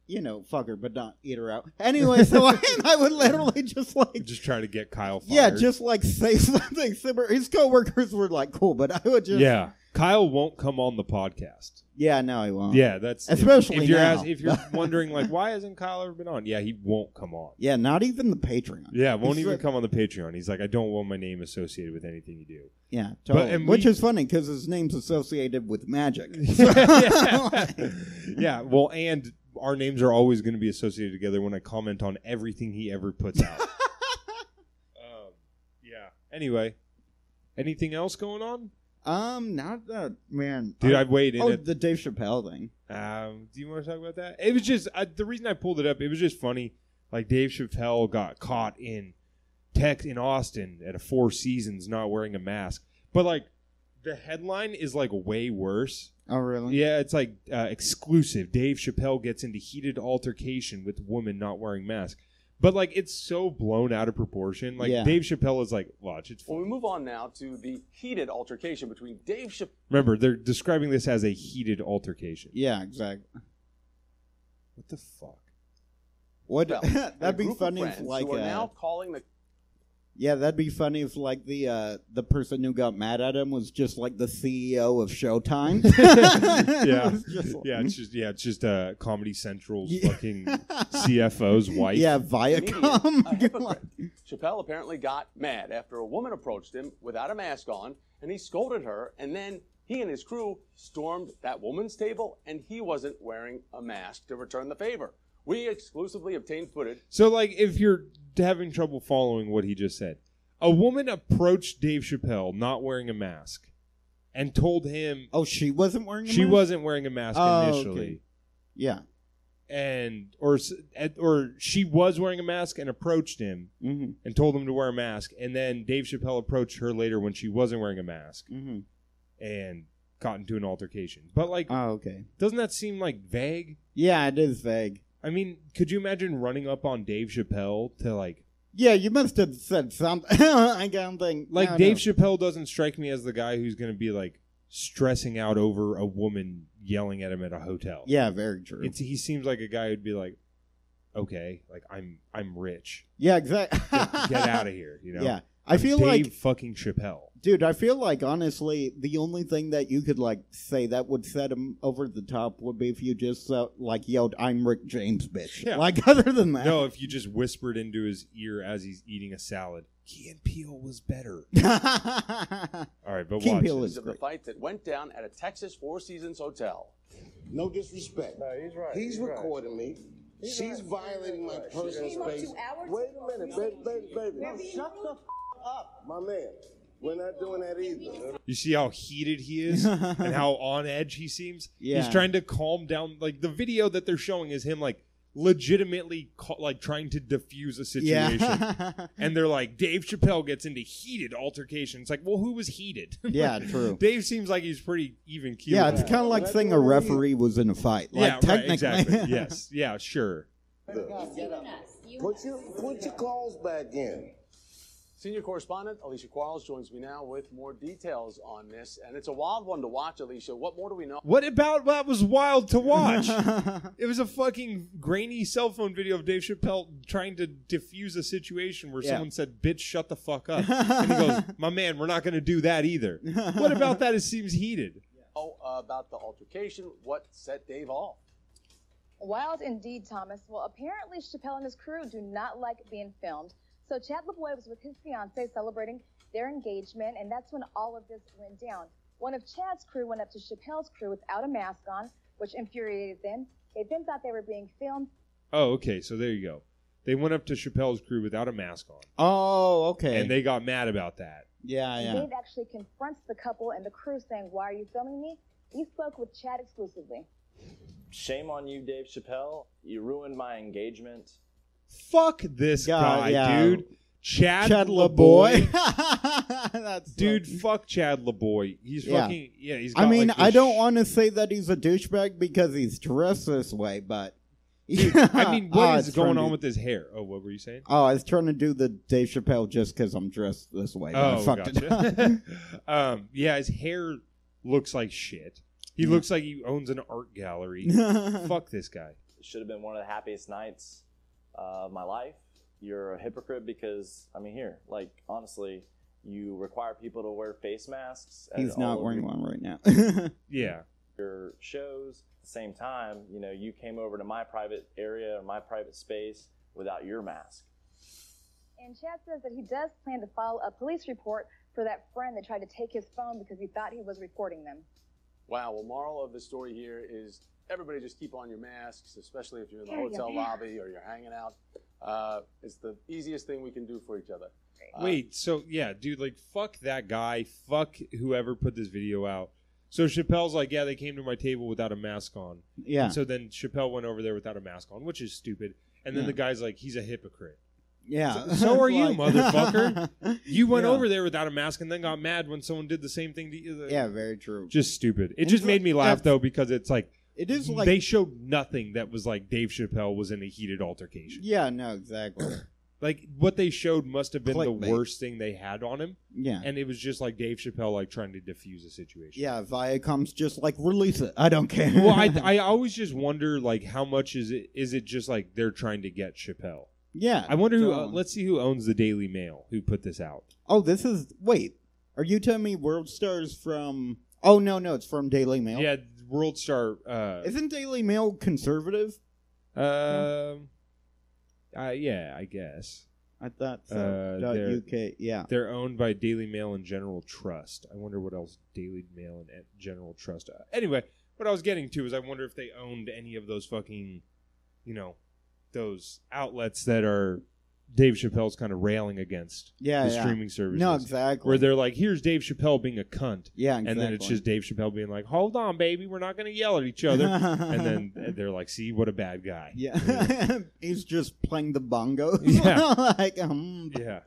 B: you know, fuck her, but not eat her out. Anyway, so I, I would literally just like
A: Just try to get Kyle fired.
B: Yeah, just like say something similar. His coworkers were like cool, but I would just
A: yeah. Kyle won't come on the podcast.
B: Yeah, no, I won't.
A: Yeah, that's if-
B: Uh, Especially
A: if, you're
B: now.
A: ask- if you're wondering like why hasn't Kyle ever been on? Yeah, he won't come on.
B: Yeah, not even the Patreon. Yeah,
A: Yeah, won't
B: He's
A: even
B: like-
A: come on the Patreon. He's like, I don't want my name associated with anything you do.
B: totally.
A: and
B: Which
A: we-
B: is funny because his name's associated with magic.
A: yeah. well, and our names are always going to be associated together when I comment on everything he ever puts out. um, yeah. Anyway, anything else going on,
B: Um, not that man.
A: dude?
B: I,
A: I've weighed in.
B: oh,
A: at-
B: the Dave Chappelle thing.
A: Um, do you want to talk about that? It was just I, the reason I pulled it up. It was just funny. Like Dave Chappelle got caught in tech in Austin at a Four Seasons not wearing a mask, but like the headline is like way worse.
B: Oh, really?
A: Yeah, it's like uh, exclusive. Dave Chappelle gets into heated altercation with woman not wearing mask. But like it's so blown out of proportion. Like
B: Yeah.
A: Dave Chappelle is like, watch it's.
D: Well, we move on now to the heated altercation between Dave Chappelle.
A: Remember, they're describing this as a heated altercation.
B: Yeah, exactly.
A: What the fuck?
B: What?
D: and a
B: that'd be
D: group of
B: funny if
D: friends
B: like
D: who are
B: uh,
D: now calling the
B: yeah, that'd be funny if like the uh the person who got mad at him was just like the CEO of Showtime.
A: Yeah.
B: It was just like-
A: Yeah, it's just yeah, it's just uh, Comedy Central's
B: Yeah.
A: fucking CFO's wife.
B: yeah,
D: comedian a
B: Viacom.
D: hypocrite. Chappelle apparently got mad after a woman approached him without a mask on, and he scolded her, and then he and his crew stormed that woman's table, and he wasn't wearing a mask to return the favor. We exclusively obtained footage
A: So like, if you're having trouble following what he just said, a woman approached Dave Chappelle not wearing a mask, and told him
B: oh, she wasn't wearing. A
A: she
B: mask?
A: wasn't wearing a mask
B: Oh,
A: initially,
B: Yeah.
A: and or s- at- or she was wearing a mask and approached him
B: hmm
A: and told him to wear a mask, and then Dave Chappelle approached her later when she wasn't wearing a mask
B: hmm
A: and got into an altercation. But like,
B: Oh, okay.
A: doesn't that seem like vague?
B: Yeah, it is vague.
A: I mean, could you imagine running up on Dave Chappelle to like
B: Yeah, you must have said something. I don't think
A: like
B: no,
A: Dave
B: no.
A: Chappelle doesn't strike me as the guy who's going to be like stressing out over a woman yelling at him at a hotel.
B: Yeah, very true.
A: It's, he seems like a guy who'd be like, okay, like I'm I'm rich,
B: yeah, exactly.
A: get, get out of here, you know.
B: Yeah, I feel
A: Dave
B: like,
A: fucking Chappelle.
B: dude, I feel like honestly, the only thing that you could like say that would set him over the top would be if you just uh, like yelled, "I'm Rick James, bitch."
A: Yeah.
B: Like other than that,
A: No, if you just whispered into his ear as he's eating a salad, Key and Peele was better. All right, but
B: Key and
A: watch
B: Peele
A: this.
B: is-
D: of the
B: great.
D: fight that went down at a Texas Four Seasons hotel.
E: No disrespect. he's right. He's, recording me. She's violating my personal
F: She wants
E: space.
F: two hours?
E: Wait a minute, baby, baby, baby.
F: They're being
E: Shut the
F: rude.
E: f- up, my man. We're not doing that either.
A: You see how heated he is and how on edge he seems. he's
B: Yeah.
A: trying to calm down. Like the video that they're showing is him like legitimately ca- like trying to diffuse a situation.
B: yeah,
A: And they're like, Dave Chappelle gets into heated altercation. It's like, well, who was heated?
B: yeah, true.
A: Dave seems like he's pretty even keel.
B: Yeah, it's kind of like saying a referee was in a fight. Like,
A: yeah, right,
B: technically,
A: exactly. yes, yeah, sure.
E: Put your put your claws back in.
D: Senior correspondent Alicia Quarles joins me now with more details on this, and it's a wild one to watch, Alicia. What more do we know?
A: What about that was wild to watch? it was a fucking grainy cell phone video of Dave Chappelle trying to diffuse a situation where
B: Yeah.
A: someone said, "Bitch, shut the fuck up," and he goes, "My man, we're not going to do that either." what about that? It seems heated.
D: Oh, uh, about the altercation, what set Dave off?
F: Wild indeed, Thomas. Well, apparently Chappelle and his crew do not like being filmed. So Chad LaBoy was with his fiancee celebrating their engagement, and that's when all of this went down. One of Chad's crew went up to Chappelle's crew without a mask on, which infuriated them. They then thought they were being filmed,
A: Oh, okay, so there you go. They went up to Chappelle's crew without a mask on,
B: Oh, okay.
A: and they got mad about that.
B: yeah,
F: and
B: yeah.
F: Dave actually confronts the couple and the crew, saying, "Why are you filming me?" He spoke with Chad exclusively.
G: Shame on you, Dave Chappelle. You ruined my engagement.
A: Fuck this
B: God,
A: guy,
B: yeah.
A: dude. Chad,
B: Chad
A: LaBoy.
B: LaBoy. That's
A: Dude, fuck Chad LaBoy. He's
B: Yeah.
A: fucking yeah. He's.
B: I
A: got,
B: mean,
A: like,
B: I
A: this
B: don't
A: sh-
B: want to say that he's a douchebag because he's dressed this way, but
A: Dude, I mean,
B: Ah,
A: what is
B: it's
A: going
B: trying to-
A: on with his hair? Oh, what were you saying?
B: Oh, I was trying to do the Dave Chappelle just because I'm dressed this way. I
A: Oh,
B: fucked it
A: gotcha. um, yeah, his hair looks like shit. He looks like he owns an art gallery.
B: up.
A: Fuck this guy.
G: It should have been one of the happiest nights uh, of my life. You're a hypocrite because I mean, here, like honestly, you require people to wear face masks. at
B: He's
G: all
B: not
G: of
B: wearing
G: your-
B: one right now.
A: Yeah.
G: Your shows. At the same time, you know, you came over to my private area or my private space without your mask.
F: And Chad says that he does plan to file a police report for that friend that tried to take his phone because he thought he was recording them.
D: Wow. Well, moral of the story here is everybody just keep on your masks, especially if you're in the
F: Yeah, yeah,
D: hotel
F: yeah.
D: lobby or you're hanging out. Uh, it's the easiest thing we can do for each other. Uh,
A: Wait, so yeah, dude, like fuck that guy, fuck whoever put this video out. So Chappelle's like, yeah, they came to my table without a mask on.
B: yeah.
A: So then Chappelle went over there without a mask on, which is stupid. And then
B: Yeah.
A: the guy's like, he's a hypocrite.
B: Yeah.
A: So- so are you,
B: Like-
A: motherfucker. You went
B: Yeah.
A: over there without a mask and then got mad when someone did the same thing to you.
B: yeah, very true.
A: Just stupid. It
B: And
A: just
B: it's
A: made
B: like-
A: me laugh though because it's like
B: It is like.
A: they showed nothing that was like Dave Chappelle was in a heated altercation.
B: yeah, no, exactly.
A: Like what they showed must have been the
B: Clickbait.
A: worst thing they had on him,
B: Yeah.
A: and it was just like Dave Chappelle like trying to defuse a situation.
B: Yeah, Viacom's just like, release it. I don't care.
A: Well, I I always just wonder like how much is it is it just like they're trying to get Chappelle?
B: yeah.
A: I wonder who.
B: so-
A: Uh, let's see who owns the Daily Mail. Who put this out?
B: Oh, this is. Wait. Are you telling me World Stars from. Oh, no, no. It's from Daily Mail.
A: Yeah, World Star. Uh,
B: Isn't Daily Mail conservative?
A: um, uh, yeah, I guess
B: I thought so.
A: Uh,
B: Dot
A: they're-
B: UK. Yeah.
A: they're owned by Daily Mail and General Trust. I wonder what else Daily Mail and Ed- General Trust. Uh, anyway, what I was getting to is I wonder if they owned any of those fucking, you know, those outlets that are Dave Chappelle's kind of railing against
B: Yeah.
A: the
B: yeah.
A: streaming services.
B: No, exactly.
A: where they're like, here's Dave Chappelle being a cunt.
B: yeah, exactly.
A: And then it's just Dave Chappelle being like, hold on, baby, we're not going to yell at each other. and then they're like, see, what a bad guy.
B: Yeah. He's just playing the bongos.
A: Yeah.
B: like, um,
A: Yeah.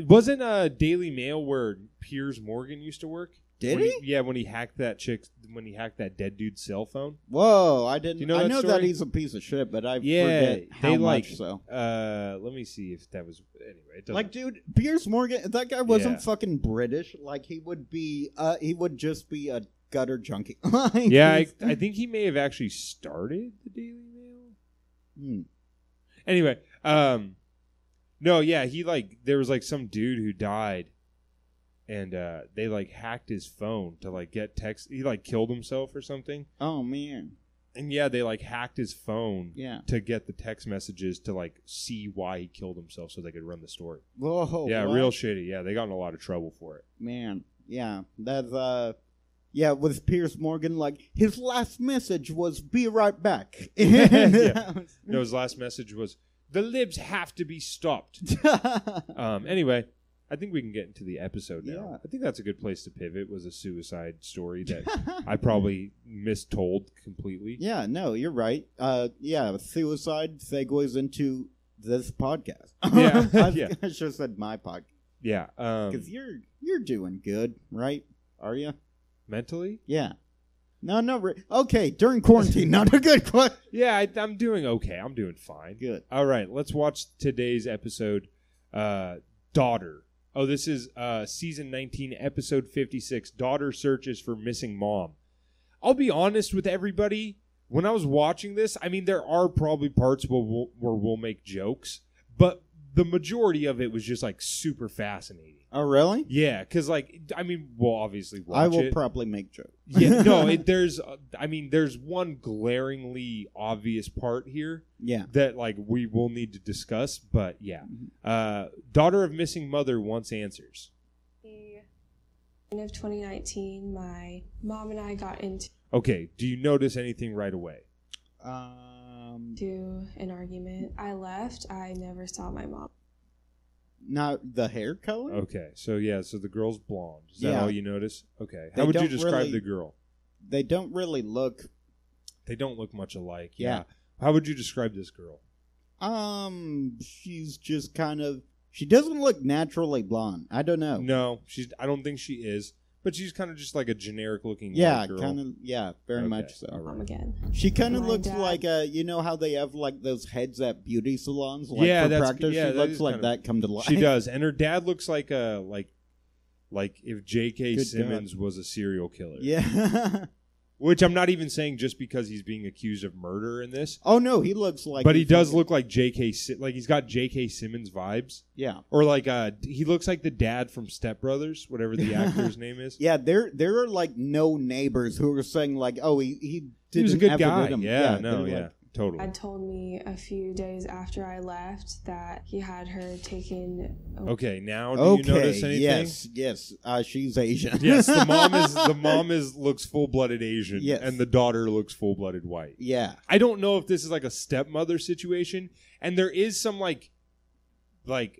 A: Wasn't uh, Daily Mail where Piers Morgan used to work?
B: Did
A: When
B: he?
A: Yeah, when he hacked that chick, when he hacked that dead dude's cell phone.
B: Whoa, I didn't.
A: Do you know
B: I
A: that
B: know that
A: story?
B: he's a piece of shit, but I
A: Yeah,
B: forget how
A: they, like,
B: much. So,
A: Uh, let me see if that was anyway. It doesn't,
B: like, dude, Piers Morgan, that guy wasn't
A: Yeah.
B: fucking British. Like, he would be. Uh, he would just be a gutter junkie. Like,
A: yeah, I,
B: he's-
A: I think he may have actually started the Daily Mail.
B: Hmm.
A: Anyway, um, no, yeah, he like there was like some dude who died, and uh, they like hacked his phone to like get text. He like killed himself or something,
B: Oh man,
A: and yeah, they like hacked his phone
B: yeah.
A: to get the text messages to like see why he killed himself so they could run the story.
B: Whoa,
A: yeah,
B: Oh, what?
A: real shitty. Yeah, they got in a lot of trouble for it.
B: man. Yeah, that's uh. Yeah, with Piers Morgan, like his last message was "Be right back."
A: Yeah. No, his last message was the libs have to be stopped. Um, anyway, I think we can get into the episode now.
B: Yeah.
A: I think that's a good place to pivot. Was a suicide story that I probably mistold completely.
B: Yeah, no, you're right. Uh, yeah, suicide segues into this podcast.
A: Yeah,
B: I,
A: yeah.
B: I should have said my podcast
A: Yeah, um,
B: because you're you're doing good, right? Are you?
A: mentally.
B: Yeah. No, no. Re- okay, during quarantine, not a good question.
A: Yeah, I, I'm doing okay. I'm doing fine.
B: Good.
A: All right, let's watch today's episode. Uh, Daughter. Oh, this is uh, season 19, episode 56. Daughter searches for missing mom. I'll be honest with everybody. When I was watching this, I mean, there are probably parts where we'll, where we'll make jokes, but the majority of it was just like super fascinating.
B: Oh, really?
A: Yeah, because like I mean, we'll obviously watch
B: I will
A: it.
B: probably make jokes.
A: yeah, no, it, there's uh, I mean, there's one glaringly obvious part here
B: Yeah.
A: that like we will need to discuss but yeah
B: Mm-hmm.
A: uh daughter of missing mother wants answers
H: the end of 2019, my mom and I got into
A: okay do you notice anything right away
B: Um,
H: an argument. I left. I never saw my mom.
B: not the hair color.
A: okay so yeah so the girl's blonde is that
B: Yeah.
A: all you notice okay
B: They
A: how would you
B: don't
A: describe
B: really-
A: the girl
B: They don't really look.
A: they don't look much alike yeah.
B: Yeah.
A: how would you describe this girl
B: Um, she's just kind of. She doesn't look naturally blonde. I don't know.
A: no she's i don't think she is but But she's kind of just like a generic looking
B: Yeah,
A: girl.
B: kind of. Yeah, very
A: Okay,
B: much so.
A: all right.
H: Mom again.
B: She kind of
H: My
B: looks
H: dad-
B: like uh, you know how they have like those heads at beauty salons, like
A: Yeah,
B: for
A: that's-
B: practice.
A: yeah,
B: she
A: that
B: looks
A: is
B: like
A: kind of-
B: that come to life.
A: She does, and her dad looks like a like like if J.K.
B: Good
A: Simmons was a serial killer.
B: Yeah.
A: which I'm not even saying just because he's being accused of murder in this,
B: oh no, he looks like.
A: but he does look like J.K. Si- like he's got J.K. Simmons vibes,
B: Yeah.
A: or like uh he looks like the dad from Step Brothers, whatever the actor's name is.
B: Yeah, there there are like no neighbors who are saying like, oh, he he,
A: he was a
B: didn't
A: good
B: have to
A: guy.
B: hit him.
A: Yeah,
B: they're
A: no,
B: like-
A: yeah, totally.
H: Dad told me a few days after I left that he had her taken. away.
A: Okay, now Oh, do
B: okay.
A: you notice anything?
B: Yes. Yes. Uh, she's Asian.
A: Yes, the mom is the mom is looks full blooded Asian,
B: Yes.
A: and the daughter looks full blooded white.
B: yeah.
A: I don't know if this is like a stepmother situation, and there is some like like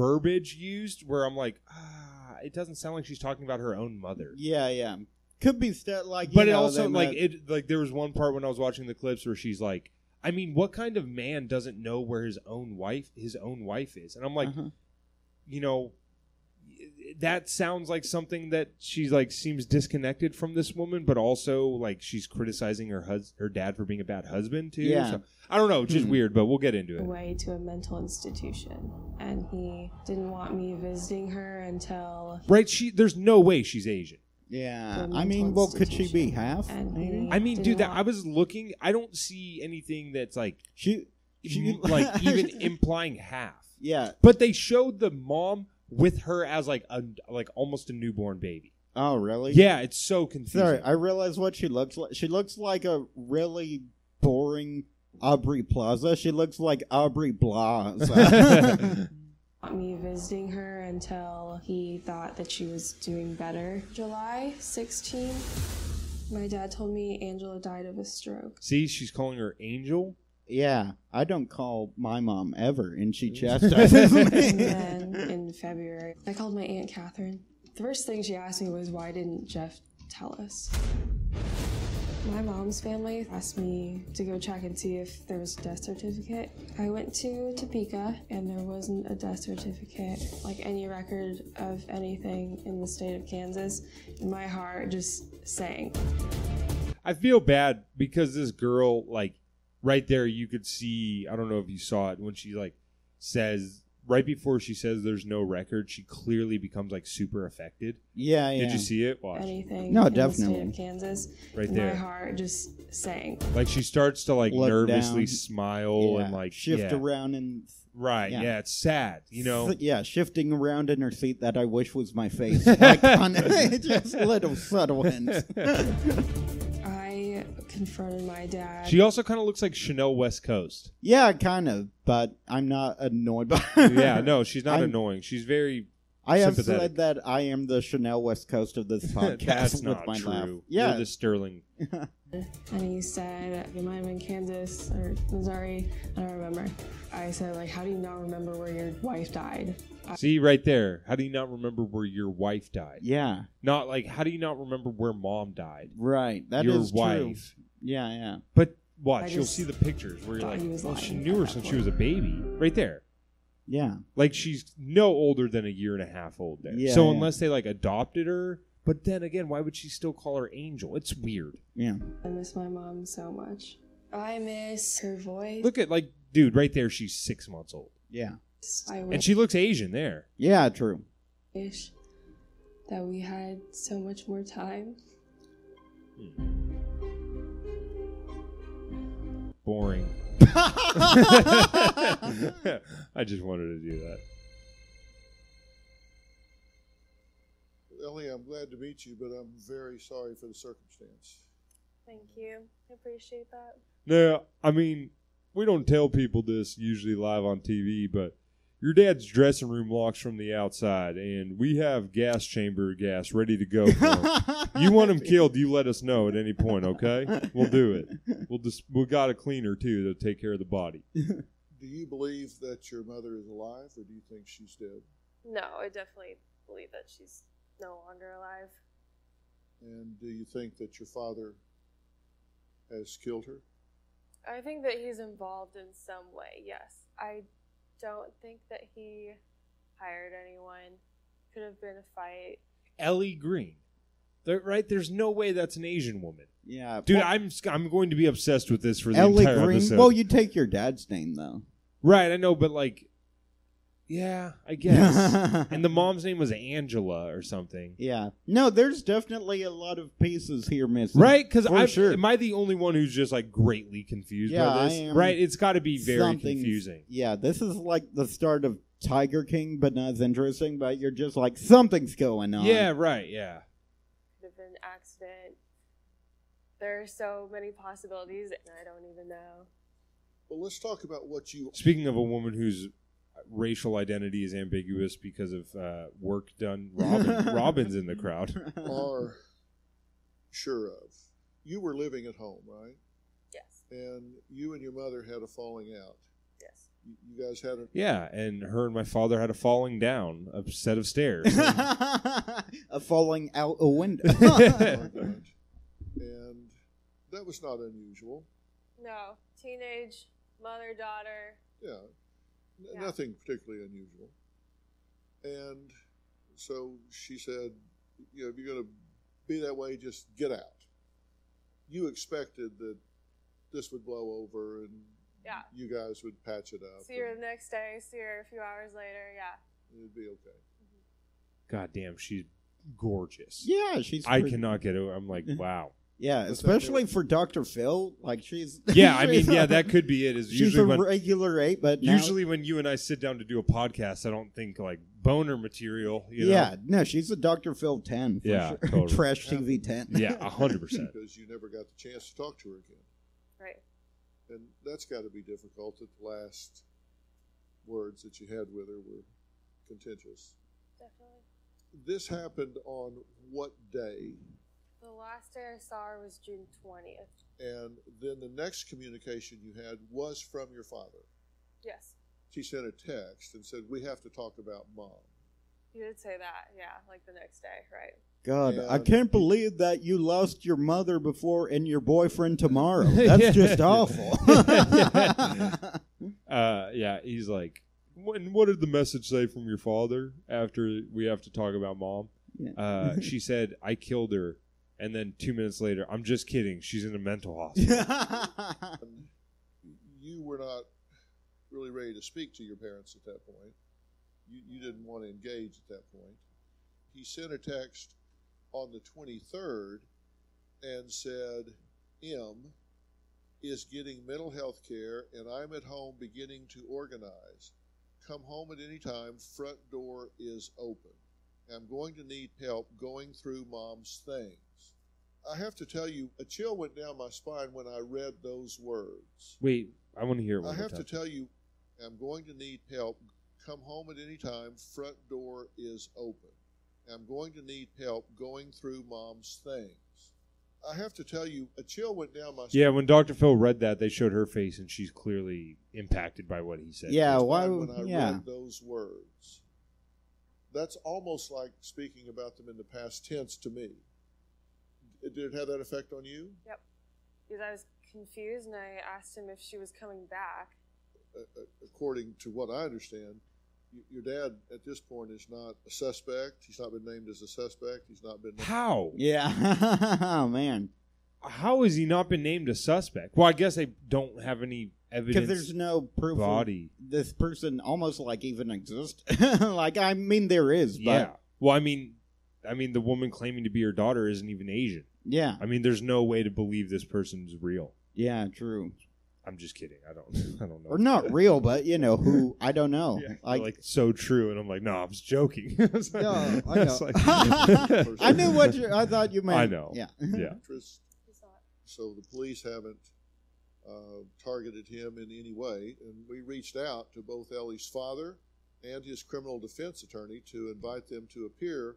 A: verbiage used where I'm like, ah, it doesn't sound like she's talking about her own mother.
B: Yeah. Yeah. Could be st- like. you
A: But it
B: know,
A: also
B: they
A: like
B: might-
A: it like there was one part when I was watching the clips where she's like, I mean, what kind of man doesn't know where his own wife his own wife is? And I'm like,
B: Uh-huh.
A: you know, that sounds like something that she's like seems disconnected from this woman, but also like she's criticizing her hus- her dad for being a bad husband too.
B: Yeah.
A: So, I don't know, it's just
B: Hmm.
A: weird, but we'll get into it.
H: away to a mental institution, and he didn't want me visiting her until.
A: Right? She there's no way she's Asian.
B: Yeah.
H: the
B: I mean,
H: mental
B: well, could she be
H: institution.
B: half?
H: And
B: maybe?
H: he
A: I mean,
H: didn't
A: dude, that
H: want-
A: I was looking. I don't see anything that's like
B: She. she
A: m- like even implying half.
B: Yeah.
A: But they showed the mom with her as like a like almost a newborn baby.
B: Oh, really?
A: Yeah, it's so confusing.
B: Sorry, I realize what she looks like. She looks like a really boring Aubrey Plaza. She looks like Aubrey Plaza.
H: want me visiting her until he thought that she was doing better. July 16, my dad told me Angela died of a stroke.
A: See, she's calling her Angel.
B: yeah, I don't call my mom ever, and she chastises
H: And
B: me.
H: then in February, I called my Aunt Catherine. The first thing she asked me was, why didn't Jeff tell us? My mom's family asked me to go check and see if there was a death certificate. I went to Topeka and there wasn't a death certificate, like any record of anything in the state of Kansas. And my heart just sank.
A: I feel bad because this girl, like, right there, you could see. I don't know if you saw it when she like says right before she says there's no record. She clearly becomes like super affected.
B: yeah, yeah.
A: Did you see it? Watch
H: Anything
B: No,
H: in the
B: definitely.
H: state of Kansas.
A: right
H: and My
A: there.
H: heart just sank.
A: Like she starts to like
B: Look
A: nervously
B: down.
A: smile
B: Yeah,
A: and like
B: shift
A: yeah.
B: around and
A: Right.
B: Yeah.
A: Yeah. it's sad. You know.
B: Th- yeah, shifting around in her seat that I wish was my face. Like, on- just little subtle hints.
H: I confronted my dad.
A: She also kind of looks like Chanel West Coast.
B: Yeah, kind of, but I'm not annoyed by.
A: yeah, no, she's not
B: I'm-
A: annoying. She's very
B: I have
A: sympathetic.
B: said that I am the Chanel West Coast of this podcast
A: that's
B: with
A: not
B: my
A: true.
B: laugh.
A: Yeah,
B: Yeah,
A: You're the Sterling.
H: And he said, Am I in Kansas or Missouri? I don't remember. I said, like, how do you not remember where your wife died?
A: See right there. How do you not remember where your wife died?
B: yeah,
A: Not like how do you not remember where mom died?
B: right. That is
A: your
B: true.
A: wife.
B: Yeah, yeah.
A: But
H: I
A: watch, you'll
H: just
A: see the pictures where you're
H: thought
A: like,
H: he was
A: well, she
H: lying
A: knew
H: at
A: her
H: that
A: since she
H: point."
A: was a baby. Right there.
B: Yeah.
A: Like she's no older than a year and a half old there.
B: Yeah,
A: so
B: yeah.
A: unless they like adopted her, but then again, why would she still call her angel? It's weird.
B: Yeah.
H: I miss my mom so much. I miss her voice.
A: Look at like dude, right there she's 6 months old.
B: Yeah.
H: I
A: And she looks Asian there.
B: Yeah, true.
H: wish that we had so much more time.
A: Boring. I just wanted to do that.
E: Ellie, I'm glad to meet you, but I'm very sorry for the circumstance.
I: Thank you. I appreciate that.
A: No, I mean, we don't tell people this usually live on TV, but your dad's dressing room locks from the outside, and we have gas chamber gas ready to go. For him. Oh, you want him killed? You let us know at any point, okay? We'll do it. We'll just we got a cleaner too to take care of the body.
E: Do you believe that your mother is alive, or do you think she's dead?
I: No, I definitely believe that she's no longer alive.
E: And do you think that your father has killed her?
I: I think that he's involved in some way, yes. I don't think that he hired anyone. Could have been a fight.
A: Ellie Green. There, right? There's no way that's an Asian woman,
B: Yeah,
A: dude.
B: well,
A: I'm sc- I'm going to be obsessed with this for the
B: Ellie
A: entire
B: Green.
A: episode.
B: Well, you take your dad's name though.
A: right? I know, but like, yeah, I guess. and the mom's name was Angela or something,
B: yeah. No, there's definitely a lot of pieces here missing.
A: right? Because
B: For
A: I
B: sure.
A: am I the only one who's just like greatly confused
B: Yeah,
A: by
B: I
A: this?
B: am
A: right? It's got to be very
B: Something's-
A: confusing.
B: Yeah, this is like the start of Tiger King, but not as interesting. But you're just like something's going on.
A: Yeah, right. Yeah.
I: could have been an accident. There are so many possibilities, and I don't even know.
E: Well, let's talk about what you
A: Speaking of a woman whose racial identity is ambiguous because of uh, work done, Robin, Robin's in the crowd.
E: are sure of. You were living at home, right?
I: Yes,
E: And you and your mother had a falling out.
I: yes.
E: You- You guys had a
A: Yeah, and her and my father had a falling down a set of stairs.
B: a falling out a window.
E: argument, and that was not unusual.
I: No, teenage mother daughter.
E: Yeah. N-
I: Yeah.
E: Nothing particularly unusual. And so she said, you know, if you're going to be that way, just get out. You expected that this would blow over and
I: Yeah.
E: you guys would patch it
B: Oh,
E: up.
I: See her
E: and
I: the next day. See her a few hours later. Yeah.
E: It'd be okay.
A: God damn, she's gorgeous.
B: yeah, she's.
A: I
B: pretty-
A: cannot get over. I'm like, wow.
B: Yeah, especially for Doctor Phil. Like she's.
A: Yeah, I mean,
B: she's-
A: yeah, that could be it. Is
B: She's
A: usually
B: a
A: when
B: regular eight, but now-
A: usually when you and I sit down to do a podcast, I don't think like boner material. You know?
B: yeah, no, she's a Doctor Phil ten. For
A: Yeah,
B: sure.
A: totally.
B: trash TV ten.
A: yeah, a hundred percent.
E: Because you never got the chance to talk to her again.
I: Right.
E: And that's got to be difficult that the last words that you had with her were contentious.
I: Definitely.
E: This happened on what day?
I: The last day I saw her was June twentieth.
E: And then the next communication you had was from your father.
I: Yes.
E: She sent a text and said, We have to talk about mom.
I: You did say that. Yeah, like the next day. Right.
B: God,
E: Yeah.
B: I can't believe that you lost your mother before and your boyfriend tomorrow. That's just awful.
A: Uh, yeah, he's like, when what did the message say from your father after we have to talk about mom?
B: Yeah.
A: Uh, she said, I killed her, and then two minutes later, I'm just kidding. She's in a mental hospital.
B: yeah,
E: And you were not really ready to speak to your parents at that point. You, you didn't want to engage at that point. He sent a text on the 23rd and said, M is getting mental health care, and I'm at home beginning to organize. Come home at any time, front door is open. I'm going to need help going through mom's things. I have to tell you, a chill went down my spine when I read those words.
A: Wait, I want to hear it. One
E: I
A: more
E: have
A: time.
E: to tell you, I'm going to need help. Come home at any time. Front door is open. I'm going to need help going through mom's things. I have to tell you, a chill went down my
A: yeah, when Dr. Phil read that, they showed her face, and she's clearly impacted by what he said.
E: spine
B: why?
E: when I
B: Yeah,
E: read those words. That's almost like speaking about them in the past tense to me. Did it have that effect on you?
I: Because I was confused, and I asked him if she was coming back.
E: uh, according to what I understand, y- your dad at this point is not a suspect. He's not been named as a suspect. He's not been.
A: How?
B: yeah. oh man,
A: How has he not been named a suspect? Well, I guess they don't have any
B: because
A: evidence.
B: there's no proof of
A: body.
B: this person almost like even exists. like I mean, there is, but
A: Yeah. Well, I mean, I mean, the woman claiming to be her daughter isn't even Asian.
B: yeah,
A: I mean, there's no way to believe this person's real.
B: yeah, true.
A: I'm just kidding. I don't. I don't know.
B: Or not real, but you know who? I don't know.
A: Yeah,
B: Like,
A: like so true, and I'm like, no, I'm just joking. It's like-
B: No, I
A: it's
B: know.
A: like-
B: I knew what you. I thought you meant.
A: I know.
B: Yeah.
A: yeah.
E: interest.
I: He's not.
E: So the police haven't uh, targeted him in any way. And we reached out to both Ellie's father and his criminal defense attorney to invite them to appear